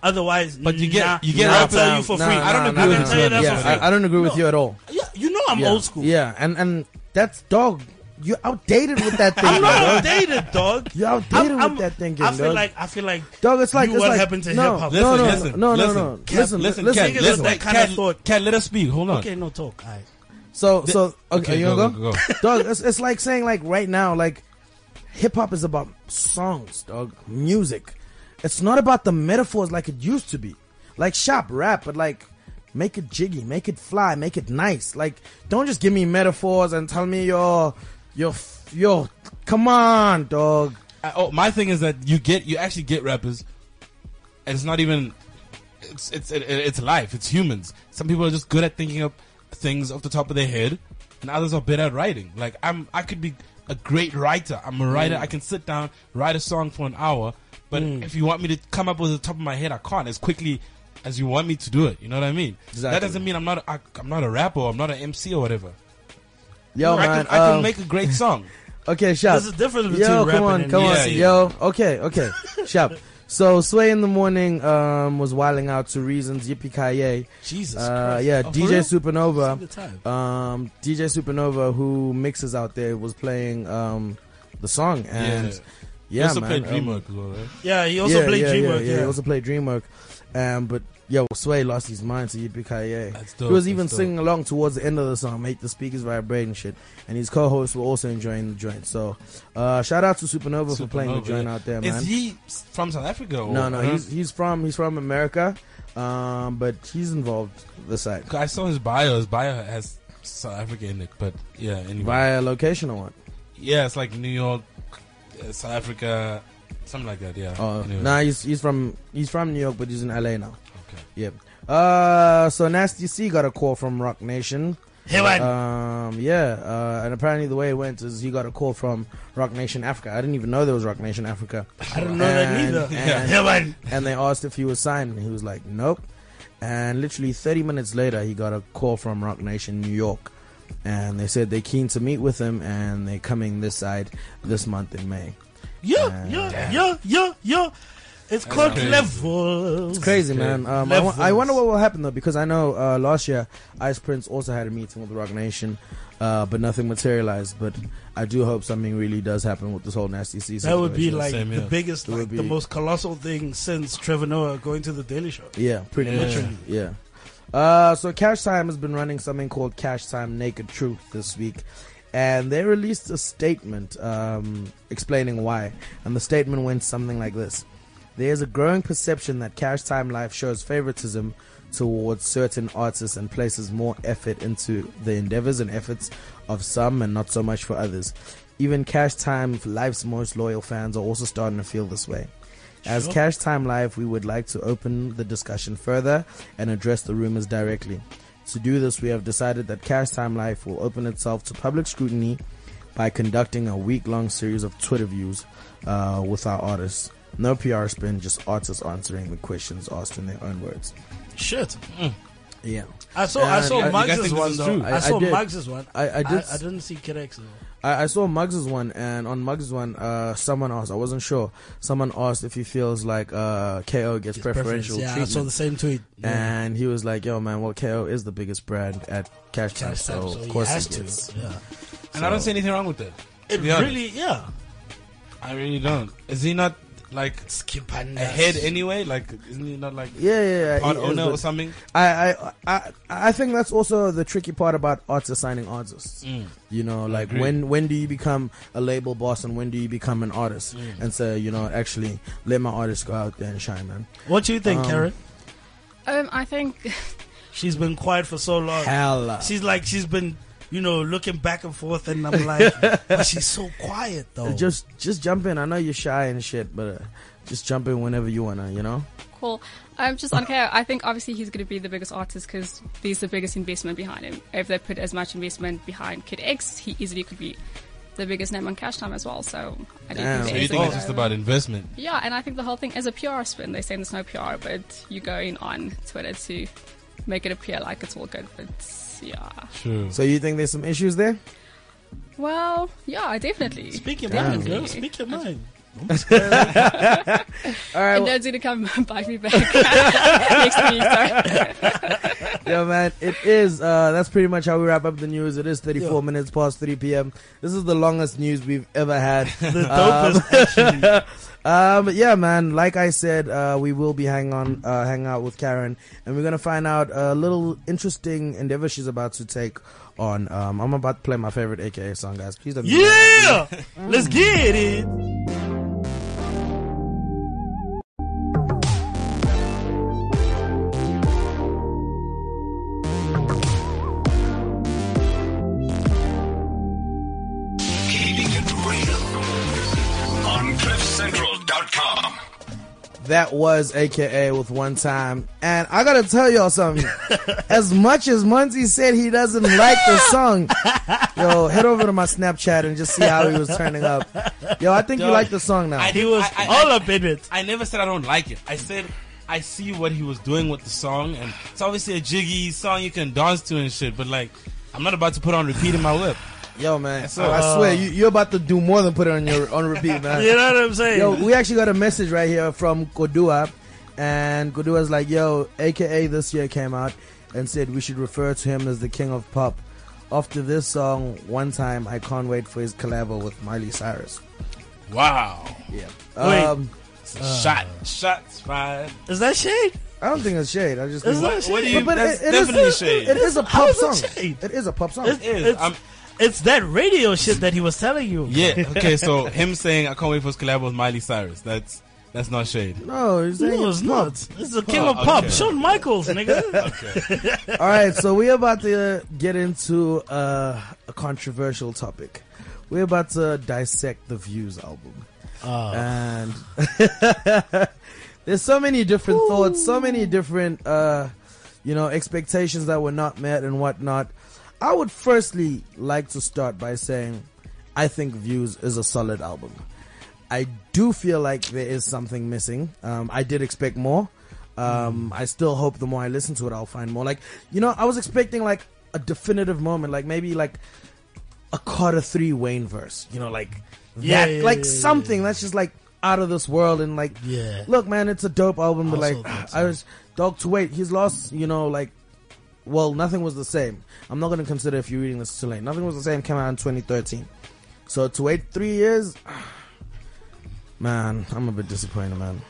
Otherwise,
But you get-
nah,
you get
I'll
rappers-
tell you for
Nah,
free.
nah,
I don't
nah,
agree
nah,
with
nah.
you on that
Yeah,
one.
I, I don't agree with
No.
you at all.
Yeah, you know I'm
yeah.
old school.
Yeah, and and that's dog. You're outdated with that thing.
I'm not
dog.
outdated, dog.
You're outdated with that thinking,
I feel
dog.
like I feel like
Dog, it's like
you
it's
what
like,
happened to
no,
hip hop.
No, no,
Listen,
no, no,
listen,
no, no.
Cat,
listen,
listen,
listen,
Cat,
Niggas
listen,
with that kind
Cat,
of thought.
Cat, let us speak. Hold on.
Okay, no talk. All right.
So, so okay,
okay,
you
go,
wanna
go,
go?
go, go.
dog. It's, it's like saying like right now, like hip hop is about songs, dog, music. It's not about the metaphors like it used to be. Like shop rap, but like make it jiggy, make it fly, make it nice. Like don't just give me metaphors and tell me your your f- your. Come on, dog.
I- oh, my thing is that you get you actually get rappers, and it's not even it's it's it, it's life. It's humans. Some people are just good at thinking up things off the top of their head, and others are better at writing. Like I'm, I could be a great writer. I'm a writer.
Mm.
I can sit down write a song for an hour, but if you want me to come up with the top of my head, I can't as quickly as you want me to do it. You know what I mean?
Exactly.
That doesn't mean I'm not a, I, I'm not a rapper. Or I'm not an MC or whatever.
Yo,
I
man.
can I can
um,
make a great song.
Okay, Shab.
There's a difference between
Yo, come
rapping
on,
and
come on,
Yeah, yeah.
yo. Okay, okay, Shab. So Sway in the morning um, was wilding out to reasons. Yippee ki
Jesus.
Uh
Christ.
Yeah,
Oh, for
DJ
real?
Supernova.
All the time.
Um, DJ Supernova, who mixes out there, was playing um, the song and
Yeah.
yeah,
also
man.
played
um,
DreamWork as well, right?
Yeah, he also
yeah,
played
yeah,
Dreamwork.
Yeah, he also played DreamWork. Um, but yo, Sway lost his mind to Yippee
That's
Ki
dope,
He was
that's
even
dope.
singing along towards the end of the song, make the speakers vibrate and shit. And his co-hosts were also enjoying the joint. So, uh, shout out to Supernova, for playing the
Supernova,
joint
yeah.
out there,
Is
man.
he Uh-huh. s- from South Africa? Or
no, no,
I don't-
he's he's from he's from America, um, but he's involved this side
'cause I saw his bio. His bio has South Africa in it, but yeah, anyway.
via location or what?
Yeah, it's like New York, uh, South Africa, something like that. Yeah.
Oh,
Anyway.
nah, he's he's from he's from New York, but he's in LA now.
Okay.
Yep. Uh, so Nasty C got a call from Rock Nation.
Hey, man.
Um, yeah, uh, and apparently the way it went is he got a call from Rock Nation Africa. I didn't even know there was Rock Nation Africa.
I don't know that
And-
neither.
and-
Yeah, man.
and they asked if he was signed, and he was like, "Nope." And literally 30 minutes later, he got a call from Rock Nation New York, and they said they're keen to meet with him, and they're coming this side this month in May.
Yeah, yeah, yeah, yeah, yeah. It's called
crazy.
level.
It's crazy, man. Um, I, wa-
Levels.
I wonder what will happen though, because I know uh, last year Ice Prince also had a meeting with Rock Nation, uh, but nothing materialized. But I do hope something really does happen with this whole nasty season.
That would be like
Same
the
here.
biggest,
It would
like the
be-
most colossal thing since Trevor Noah going to the Daily Show.
yeah, pretty
Yeah.
much, yeah. Uh, so Cash Time has been running something called Cash Time Naked Truth this week, and they released a statement um, explaining why, and the statement went something like this. There is a growing perception that Cash Time Life shows favoritism towards certain artists and places more effort into the endeavors and efforts of some and not so much for others. Even Cash Time Life's most loyal fans are also starting to feel this way. As
Sure.
Cash Time Live, we would like to open the discussion further and address the rumors directly. To do this, we have decided that Cash Time Live will open itself to public scrutiny by conducting a week-long series of Twitter views uh, with our artists. No PR spin, just artists answering the questions asked in their own words.
Shit.
Yeah,
I saw,
Yeah,
I
you
saw
guys
think
Muggs's
this
one
is
though.
true?
I,
I- I
saw
did.
Muggs's one.
I, I
I,
did.
I didn't see Kirex's one.
I, I saw Muggs's one, and on Muggs's one, uh, someone asked. I wasn't sure. Someone asked if he feels like uh, KO gets
His
preferential
preference. Yeah,
treatment.
I saw the same tweet. Yeah.
And he was like, "Yo, man, well, KO is the biggest brand at Cash Time,
Cash
so,
App, so
of
he
course
has
he gets."
to. Yeah.
And I don't see anything wrong with that.
It
be honest.
really, yeah.
I really don't. Is he not like
Skip and
ahead anyway? Like, isn't he not like
Yeah, yeah, yeah.
part
he is,
owner
but
or something?
I, I, I, I think that's also the tricky part about artists signing artists.
Mm.
You know, like
agree.
when when do you become a label boss and when do you become an artist
Mm.
and say, you know, actually let my artist go out there and shine, man.
What do you think,
Um,
Karen?
Um, I think
She's been quiet for so long.
Hella.
She's like, she's been, you know, looking back and forth, and I'm like, but she's so quiet though.
Just just jump in. I know you're shy and shit, but uh, just jump in whenever you wanna. You know.
Cool. Um, just on KO, I think obviously he's going to be the biggest artist because there's the biggest investment behind him. If they put as much investment behind Kid X, he easily could be the biggest name on Cash Time as well. So I don't
Damn.
think
So
there
you
is a
think
good
it's just
idea.
about investment?
Yeah, and I think the whole thing is a PR spin. They're saying there's no PR, but you're going on Twitter to make it appear like it's all good. But yeah.
Sure.
So you think there's some issues there?
Well, yeah, definitely.
speak your
Damn.
mind, girl. Speak your mind.
All right.
And
well-
Ned's going to come bite me back next week. Sorry.
yeah, man, it is. Uh, that's pretty much how we wrap up the news. It is 34
Yeah.
minutes past 3 p.m. This is the longest news we've ever had.
The
Uh,
dopest. actually.
um, yeah, man. Like I said, uh, we will be hang on, uh, hang out with Karen, and we're gonna find out a little interesting endeavor she's about to take on. Um, I'm about to play my favorite AKA song, guys. Please don't. be mad at me.
Yeah, let's get it.
Keeping it real on CliffCentral.com.
That was AKA with one time. And I gotta tell y'all something. as much as Munzie said he doesn't like the song, yo, head over to my Snapchat and just see how he was turning up. Yo, I think you
Dog,
like the song now.
I
He was
I- I-
all up in it.
I never said I don't like it. I said I see what he was doing with the song, and it's obviously a jiggy song you can dance to and shit. But like, I'm not about to put on repeat in my whip.
yo, man.
So- uh,
I swear, you, you're about to do more than put it on your on repeat, man.
You know what I'm saying?
Yo, we actually got a message right here from Kodua, and Kodua's like, "Yo, AKA this year came out and said we should refer to him as the king of pop." After this song, one time I can't wait for his collabo with Miley Cyrus.
Wow,
Yeah.
Wait.
Um,
shot, shots fired.
Is that shade?
I don't think it's shade. I just
Is
think
that shade?
What do you? that's
it- it is-
definitely shade.
it is a
How
pop
is it
song.
shade?
It is a pop song.
It's-
It is.
It's,
I'm-
it's that radio shit that he was telling you.
yeah. Okay. So him saying I can't wait for his collab with Miley Cyrus. That's that's not shade.
no, it's saying
No,
it's
it's
pop.
not. It's the king
Oh,
of pop,
okay.
Shawn Michaels, nigga.
All right, so we're about to get into uh, a controversial topic. We're about to dissect the Views album.
Uh,
And there's so many different thoughts, so many different, uh, you know, expectations that were not met and whatnot. I would firstly like to start by saying I think Views is a solid album. I do feel like there is something missing. Um, I did expect more. Um, I still hope the more I listen to it, I'll find more. Like, you know, I was expecting like a definitive moment, like maybe like a Carter three Wayne verse, you know, like
Yeah,
that,
yeah,
like
yeah, yeah,
something that's just like out of this world and like
Yeah.
look man it's a dope album but
I also
like
think so.
I was dog to wait he's lost you know like well nothing was the same I'm not gonna consider if you're reading this too late nothing was the same came out in 2013 so to wait three years man I'm a bit disappointed man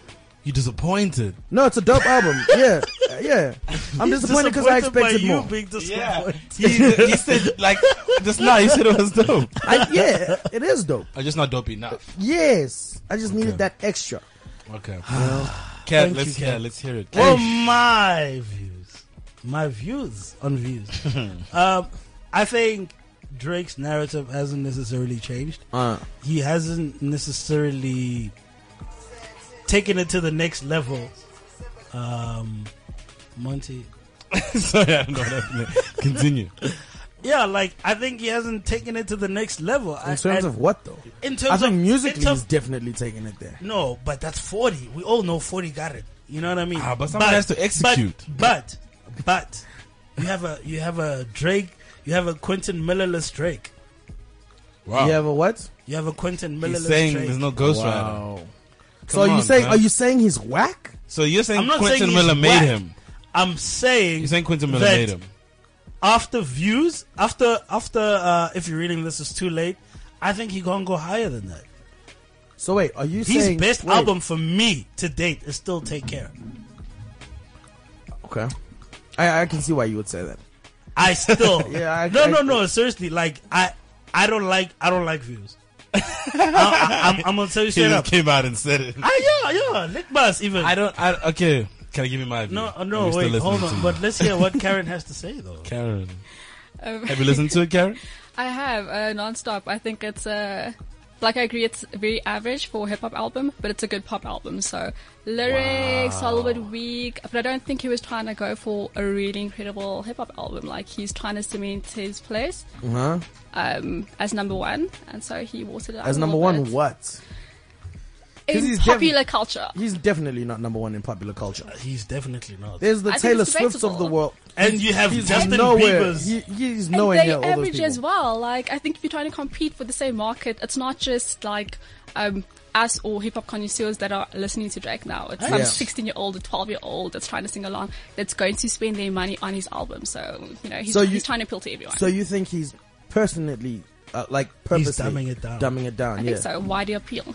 You disappointed.
no it's a dope album yeah yeah I'm disappointed because I
Disappointed by
expected
you
more
being disappointed.
he, he said like just now. He said it was dope.
I, yeah it is dope
I just not dope enough.
yes I just needed
Okay.
that extra
Okay.
Thank
Cat,
you,
let's hear.
Cat.
Let's hear it.
Well, my views, my views on views. um, I think Drake's narrative hasn't necessarily changed.
uh
He hasn't necessarily taken it to the next level. Um, Monty.
Sorry, I don't know. What happened there. Continue.
Yeah, like I think he hasn't taken it to the next level.
in terms of what though
in
I
terms
think
of
musically
in terms-
he's definitely taking it there.
No, but that's 40. We all know 40 got it. You know what I mean?
Ah, but someone has to execute.
But, but, but you have a you have a Drake, you have a Quentin Millerless Drake.
Wow.
You have a what?
You have a Quentin
He's
Millerless
saying
Drake.
there's no Ghost Rider.
So are
Come
you
on,
saying
man.
are you saying he's whack?
So you're
I'm
saying
not
Quentin
saying he's
Miller made
whack.
him.
I'm saying,
You're saying Quentin Miller
that
made him.
after views, after after uh, if you're reading this is too late, I think he gonna go higher than that.
So wait, are you
His
saying
best
wait,
album for me to date is still Take Care.
Okay, I, I can see why you would say that.
I still
Yeah, I-
no
I-
no no seriously like I I don't like I don't like views. I, am gonna tell you
He
straight
just
up.
came out and said it.
I, yeah yeah Litmus even
I don't. I, okay. Can I give you my view?
no uh,
Are
no
you still
wait
listening
hold
to
on
me?
but let's hear what Karen has to say though.
Karen,
Um,
have you listened to it, Karen?
I have uh, non-stop. I think it's uh, like I agree, it's very average for a hip hop album, but it's a good pop album. So lyrics are a little bit weak, but I don't think he was trying to go for a really incredible hip hop album. Like he's trying to cement his place
Huh?
um, as number one, and so he watered it down
As
a
number
little
one,
bit.
what? 'Cause
in
he's
popular culture.
He's definitely not number one in popular culture.
He's definitely not.
There's the
I think
Taylor
it's
Swifts of the
debatable.
world.
And you have
He's
Justin
nowhere.
Bieber's.
He, he's
And
nowhere
they
near all those
average
people.
as well. Like I think if you're trying to compete for the same market, it's not just like um, us or hip hop connoisseurs that are listening to Drake now. It's
Yeah.
some 16 year old or 12 year old that's trying to sing along that's going to spend their money on his album. So you know he's,
So you-
he's trying to appeal to everyone.
So you think he's personally, uh, like, purposely
dumbing it down.
Dumbing it down.
I
yeah.
think so. Why do you appeal?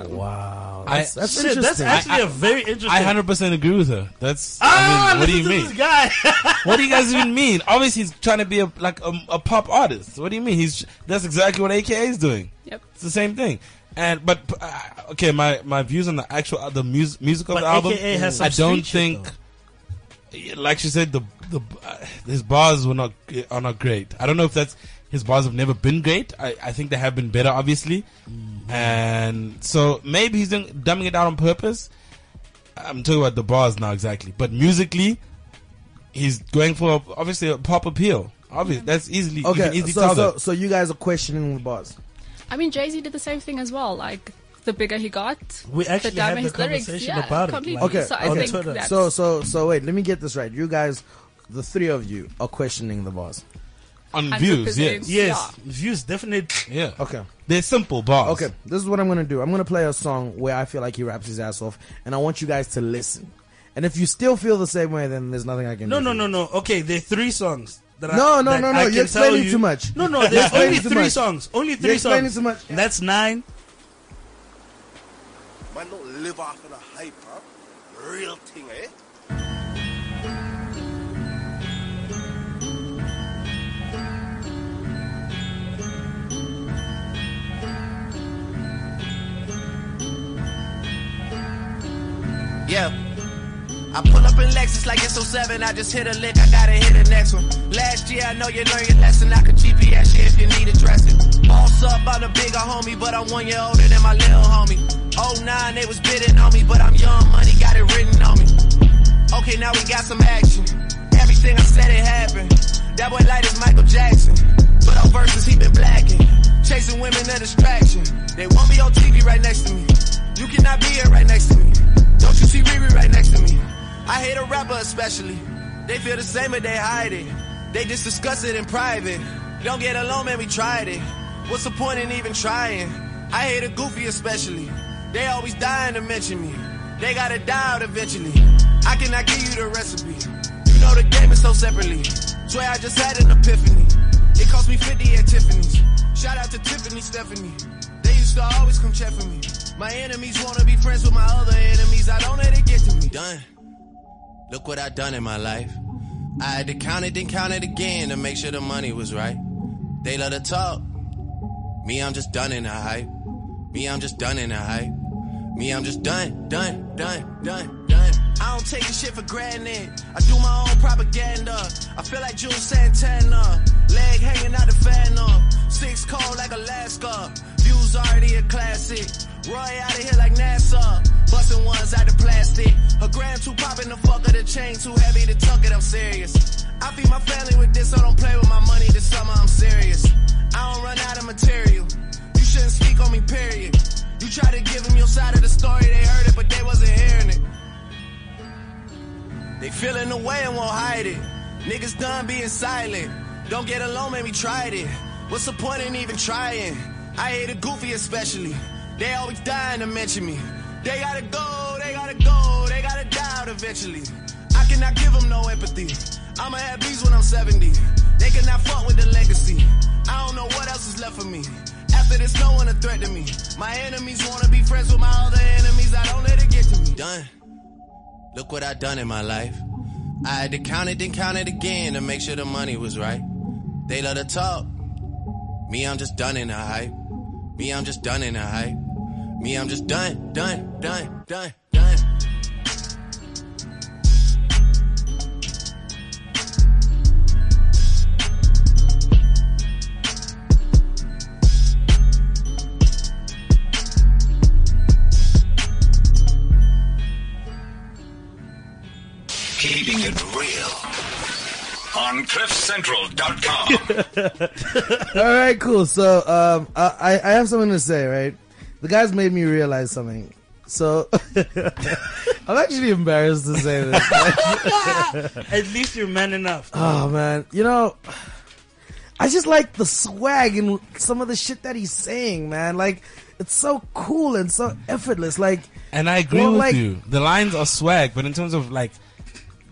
Wow.
I-
That's, that's
Shit, that's
interesting.
actually a very interesting.
I hundred percent agree with her. That's.
ah,
I mean, what do you
listen to
mean?
This guy.
What do you guys even mean? Obviously, he's trying to be a like a, a pop artist. What do you mean? He's that's exactly what AKA is doing.
Yep.
It's the same thing. And but uh, okay, my my views on the actual uh, the music music of
But
the album.
AKA has some
I don't
street shit,
think. Yeah, Like she said, the the uh, his bars were not uh, are not great. I don't know if that's his bars have never been great. I, I think they have been better, obviously.
Mm-hmm.
And so maybe he's doing, dumbing it down on purpose. I'm talking about the bars now exactly, but musically, he's going for obviously a pop appeal.
Mm-hmm.
Obviously, that's easily you can
Okay,
easily
so,
tell
so,
that.
so you guys are questioning the bars.
I mean Jay Z did the same thing as well. Like the bigger he got,
We actually
the dumber
had the
his lyrics.
conversation
yeah,
about it,
completely.
like,
Okay,
so I
okay.
think
Twitter.
that's-
So so so wait, let me get this right. You guys, the three of you are questioning the bars.
on views,
100%.
yes,
yes, views definitely.
yeah,
Okay.
they're simple bars.
Okay, this is what I'm gonna do. I'm gonna play a song where I feel like he raps his ass off, and I want you guys to listen. And if you still feel the same way, then there's nothing I can
No
do.
no
for you.
no no. Okay, there are three songs. That I-
No, no,
that
no,
I
no,
can
you're
tell
explaining
you.
too much.
No no. There's only
explaining too
three
much.
songs. Only 3
explaining
songs.
too much.
That's nine.
Man, don't live off of the hype, huh? Real thing, eh?
Yeah. I pull up in Lexus like it's 07. I just hit a lick, I gotta hit the next one. Last year, I know you learned your lesson. I could GPS you if you need a dressing. Boss up, I'm the bigger homie, but I'm one year older than my little homie. 09, they was bidding on me, but I'm young money, got it written on me. Okay, now we got some action. Everything I said, it happened. That boy light is Michael Jackson. But on verses, he been blacking. Chasing women, a distraction. They want me on TV right next to me. You cannot be here right next to me. Don't you see Riri right next to me? I hate a rapper especially. They feel the same, but they hide it. They just discuss it in private. Don't get alone, man, we tried it. What's the point in even trying? I hate a goofy especially. They always dying to mention me. They gotta die out eventually. I cannot give you the recipe. You know the game is so separately. Swear I just had an epiphany. It cost me 50 at Tiffany's. Shout out to Tiffany Stephanie. They used to always come check for me. My enemies wanna be friends with my other enemies. I don't let it get to me. Done. Look what I done in my life. I had to count it, then count it again to make sure the money was right. They love to talk. Me, I'm just done in the hype. Me, I'm just done in the hype. Me, I'm just done, done, done, done, done. I don't take this shit for granted. I do my own propaganda. I feel like June Santana. Leg hanging out the fan on. Six cold like Alaska. Views already a classic. Roy out of here like NASA. Bustin' ones out of plastic. Her gram too poppin' the fuck of the chain. Too heavy to tuck it, I'm serious. I feed my family with this, so don't play with my money this summer, I'm serious. I don't run out of material. You shouldn't speak on me, period. You try to give them your side of the story, they heard it, but they wasn't hearing it. They feeling the way and won't hide it. Niggas done being silent. Don't get alone, man, we tried it. What's the point in even trying? I hate a goofy especially. They always dying to mention me. They gotta go, they gotta go, they gotta die out eventually. I cannot give them no empathy. I'ma have these when I'm 70. They cannot fuck with the legacy. I don't know what else is left for me. After this, no one a threat to me. My enemies wanna be friends with my other enemies. I don't let it get to me. Done. Look what I done in my life. I had to count it, then count it again to make sure the money was right. They love to talk. Me, I'm just done in the hype. Me, I'm just done in the hype. Me, I'm just done, done, done, done, done.
Keeping it real on CliffCentral.com.
All right, cool. So um, I, I have something to say, right? The guys made me realize something. So I'm actually embarrassed to say this.
At least you're man enough.
Oh man, you know, I just like the swag and some of the shit that he's saying, man. Like it's so cool and so effortless. Like
And I agree
Well,
with
like-
you. The lines are swag, but in terms of like,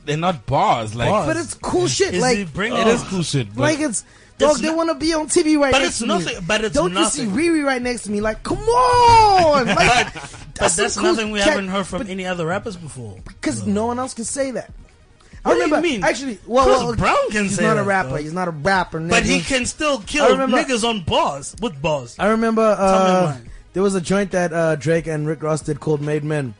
they're not bars. Like,
but it's cool shit.
Is
like
he bring
it is cool shit. but-
like it's. Dog,
It's
they
not-
want to be on TV right
But
next
it's
to me.
nothing- but it's
Don't
nothing.
you see Riri right next to me? Like, come on! Like,
But that's
some cool
nothing we
cat-
haven't heard from
but-
any other rappers before.
Because no one else can say that.
What
I
do you
remember,
mean?
Actually, well,
Chris
well,
Brown can
he's
say
not a
that,
rapper.
though.
He's not a rapper.
But he
nigga.
can still kill
remember-
niggas on bars with bars.
I remember
Tell me
uh,
why.
there was a joint that uh, Drake and Rick Ross did called "Made Men,"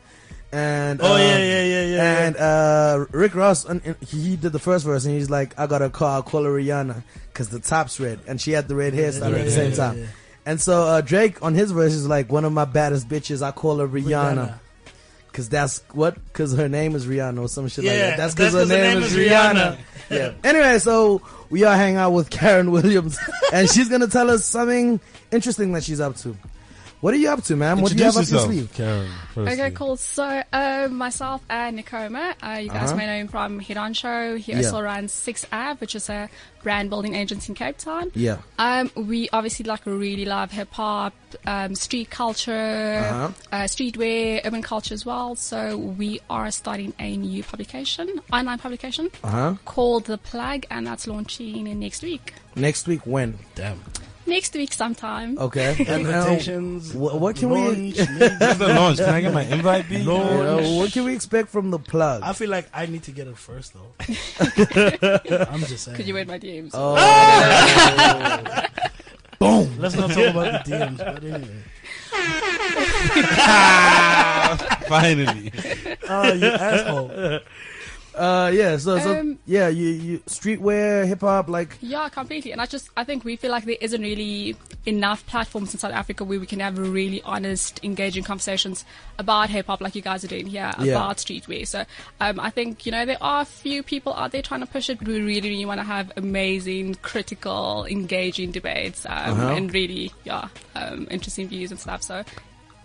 and
Oh,
uh,
yeah, yeah, yeah, yeah, yeah.
And uh, Rick Ross, and, and he did the first verse, and he's like, "I got a car, I'll call her Rihanna, cause the top's red," and she had the red hairstyle at the same time. And so uh, Drake on his verse is like, "One of my baddest bitches, I call her Rihanna."
Rihanna.
Cause that's what, cause her name is Rihanna or some shit like that.
Yeah,
That's cause, her, name is Rihanna.
Rihanna.
yeah. Anyway, so we are hanging out with Karen Williams, and she's gonna tell us something interesting that she's up to. What are you up to, ma'am? What do you have up
Introduce
your
yourself,
sleeve?
Karen. firstly.
Okay, cool. So, uh, myself and Nicoma, uh, you guys
Uh-huh.
may know him from Head On Show. He
Yeah.
also runs Six Ab, which is a brand building agency in Cape Town.
Yeah.
Um, we obviously like really love hip hop, um, street culture,
Uh-huh.
uh streetwear, urban culture as well. So we are starting a new publication, online publication,
Uh-huh.
called The Plug, and that's launching next week.
Next week, when?
Damn.
Next week, sometime.
Okay. And, uh,
Invitations.
wha- what can we?
Where's the launch? Can I get my invite, B?
uh, what can we expect from the plug?
I feel like I need to get it first though. I'm just saying.
Could you read my DMs?
Oh,
Let's not talk about the DMs, but anyway.
Finally.
Oh, you asshole.
Uh, yeah. So, so
Um,
yeah, you, you streetwear, hip hop, like
Yeah, completely. And I just I think we feel like there isn't really enough platforms in South Africa where we can have really honest, engaging conversations about hip hop, like you guys are doing here,
Yeah.
about streetwear. So um, I think you know there are a few people out there trying to push it, but we really, really want to have amazing, critical, engaging debates um, and really, yeah, um, interesting views and stuff. So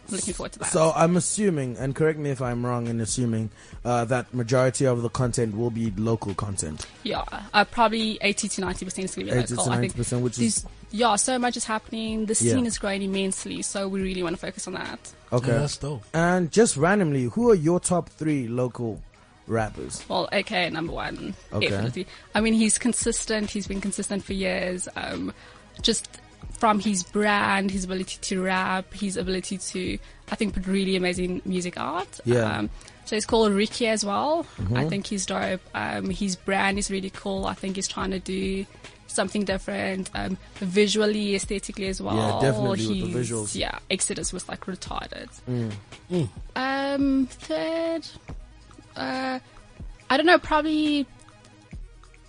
looking forward to that.
So I'm assuming, and correct me if I'm wrong in assuming, uh, that majority of the content will be local content.
Yeah, uh, probably 80 to 90 percent is going to be
80 to
local. I think
90%, which is-
these- yeah, so much is happening. The
Yeah.
scene is growing immensely, so we really want to focus on that.
Okay.
Yeah, that's dope.
and just randomly, who are your top three local rappers?
Well, okay, number one,
Okay.
definitely. I mean, he's consistent. He's been consistent for years. Um, just from his brand, his ability to rap, his ability to, I think, put really amazing music out.
Yeah. Mm-hmm.
Um, so he's called Ricky as well. I think he's dope. Um, his brand is really cool. I think he's trying to do something different, um, visually, aesthetically as well.
definitely with the
He's-
visuals.
Oh,
Mm.
Yeah, Exodus was like retarded. Um, third, uh, I don't know, probably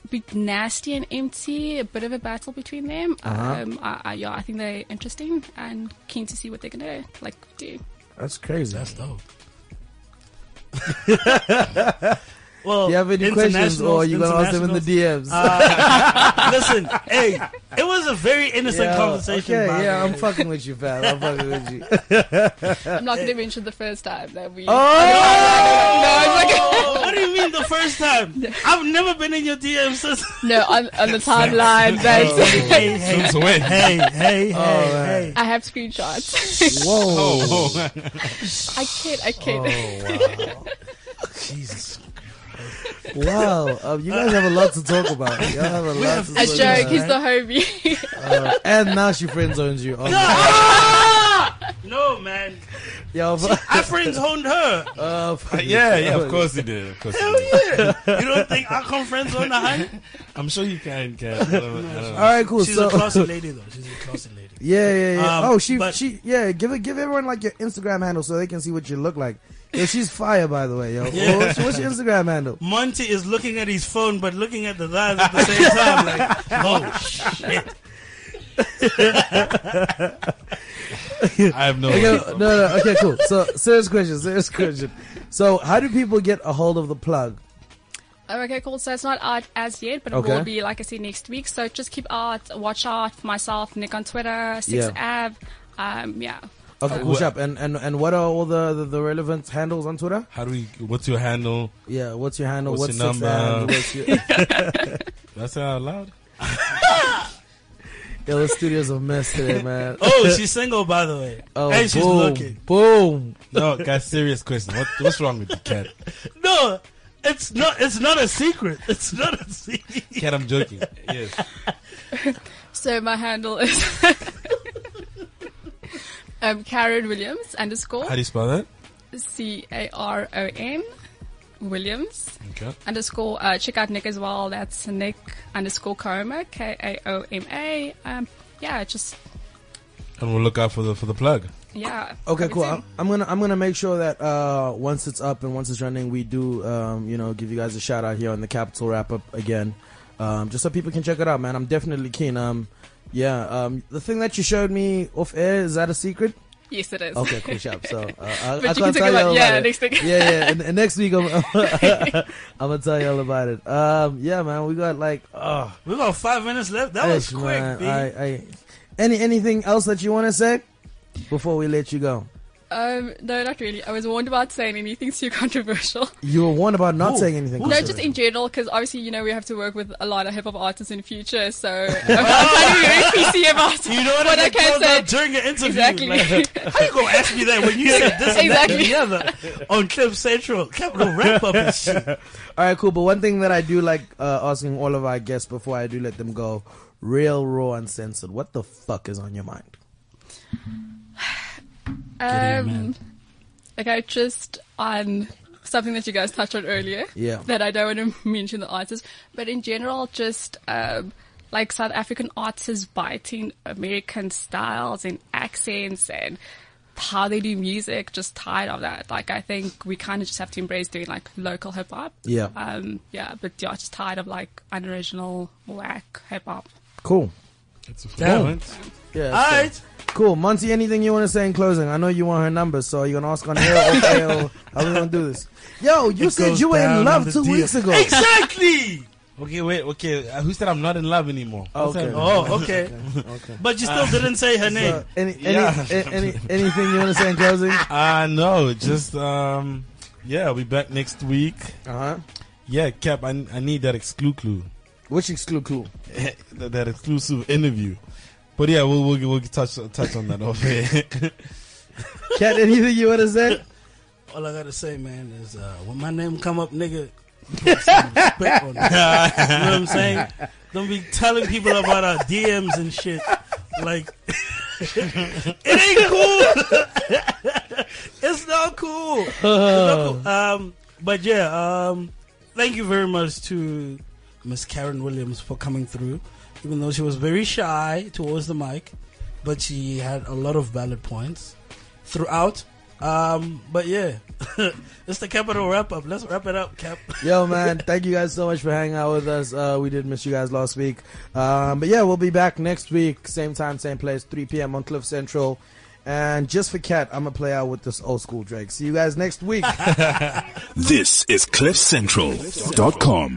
be nasty and empty. A bit of a battle between them.
Uh-huh.
Um, I, I, yeah, I think they're interesting and keen to see what they're gonna like do.
That's crazy.
That's dope. well,
do you have any questions, or you gonna ask them in the
internationals-
DMs?
Listen, hey, it was a very innocent
Yeah,
conversation.
Okay,
by the
yeah,
way.
I'm fucking with you, fam. I'm fucking with you. Uh,
I'm not
eh.
gonna mention the first time that
Oh!
we.
what do you mean the first time? I've never been in your DM since.
No, on, on the timeline.
Oh,
That's.
hey, hey,
Since when?
hey, hey, hey, hey.
I have screenshots.
Whoa.
Oh,
I kid, I
Oh.
kid.
Jesus.
Wow, um, you guys have a lot to talk about. You have a lot to
a
talk about.
joke. He's the homie.
Uh, and now she friend zones you. Oh,
No, man.
yo, f-
I friend zoned her.
uh, f-
yeah, yeah. Of course he did. Of course. He did.
You don't think I come friend zone her?
I'm sure you can, Kev. I don't know- I don't
All
know.
right, cool.
She's
so,
a classy lady, though. She's a classy lady.
yeah, yeah, yeah.
Um,
oh, she,
but-
she, yeah. Give it, give everyone like your Instagram handle so they can see what you look like. Yo, she's fire, by the way, yo.
Yeah.
What's, what's your Instagram handle?
Monty is looking at his phone, but looking at the thighs at the same time. Like, oh shit!
I have no.
Okay, no,
idea.
no, okay, cool. So, serious question, serious question. So, how do people get a hold of the plug?
Oh, okay, cool. So it's not out as yet, but
Okay.
it will be, like I said, next week. So just keep out, watch out for myself, Nick on Twitter, Six Ab. Um, yeah.
Uh,
Okay, cool,
Well-
sharp. And, and, and what are all the, the, the relevant handles on Twitter?
How do we? What's your handle?
Yeah, what's your handle?
What's
What's,
your
your
number?
number? What's your, yeah,
That's out loud.
the studio's a mess today, man.
Oh, she's single, by the way.
Oh,
and she's
boom,
looking.
Boom.
No, guys. Serious question. What, what's wrong with you, Cat?
No, it's not. It's not a secret. It's not a secret.
Cat, I'm joking. Yes.
So my handle is um, Karen Williams
How
underscore
do you spell that?
C A R O N Williams
Okay.
underscore. Uh, check out Nick as well. That's Nick underscore Koma K A O M A. Um, yeah, just
And we'll look out for the for the plug.
yeah.
Okay,
Have it
cool.
soon.
I'm, I'm gonna I'm gonna make sure that uh, once it's up and once it's running, we do um, you know give you guys a shout out here on the Capital wrap up again, um, just so people can check it out, man. I'm definitely keen. Um, yeah. Um, the thing that you showed me off air is that a secret?
Yes, it is.
Okay, cool, sharp. So, uh, I,
But
I
you can
can't
talk
tell
about-
y'all
yeah,
about it.
next week.
Yeah, yeah, and, and next week I'm, I'm gonna tell y'all about it. Um, yeah, man, we got like, oh,
We got five minutes left. That was quick,
man,
B.
I, I, any anything else that you want to say before we let you go?
Um, no, not really. I was warned about saying anything too controversial.
You were warned about not
Ooh.
saying anything.
No,
Christopher.
just in general, because obviously, you know, we have to work with a lot of hip hop artists in the future, so I'm, I'm trying to be very PC about
you know what?
what I
I
can
called
say.
out during an interview.
Exactly.
Like, how you gonna ask me that when you said this and that and the other on Clip Central Capital Wrap Up and shit?
All right, cool. But one thing that I do like uh, asking all of our guests before I do let them go, real raw uncensored. What the fuck is on your mind?
Um, okay, just on something that you guys touched on earlier.
Yeah.
That I don't want to mention the artists, but in general, just um, like South African artists biting American styles and accents and how they do music. Just tired of that. Like I think we kind of just have to embrace doing like local hip hop.
Yeah.
Um. Yeah. But yeah, just tired of like unoriginal whack hip hop.
Cool.
It's a
Damn.
Yeah.
All
so-
right.
Cool, Monty. Anything you want to say in closing? I know you want her number, so you're gonna ask on her. or Kale? How we gonna do this? Yo, you
It
said
goes
you were
down
in
on
love
the
two
deal.
weeks ago.
Exactly.
Okay, wait, okay. Uh, who said I'm not in love anymore?
Okay.
Oh, okay.
okay. Ah.
But you still didn't say her name.
So, any, any,
Yeah.
a- any, anything you want to say in closing? Uh
Uh, no, just, um, yeah, I'll be back next week.
huh.
Yeah, Cap, I, I need that exclude clue.
Which exclude cool.
that, that exclusive interview. But yeah, we'll, we'll, we'll touch, touch on that off here.
Cat, anything you want to say?
All I gotta say, man, is uh, when my name come up, nigga, put some respect on it. You know what I'm saying? Don't be telling people about our DMs and shit. Like, it ain't cool. it's not cool. It's not cool. Um, but yeah, um, thank you very much to Miss Karen Williams for coming through, even though she was very shy towards the mic, but she had a lot of valid points throughout. Um, but yeah, it's the capital wrap up. Let's wrap it up, Cap.
Yo, man, thank you guys so much for hanging out with us. Uh, we did miss you guys last week. Um, but yeah, we'll be back next week, same time, same place, 3 p.m. on Cliff Central. And just for Cat, I'm going to play out with this old school Drake. See you guys next week.
This is CliffCentral.com.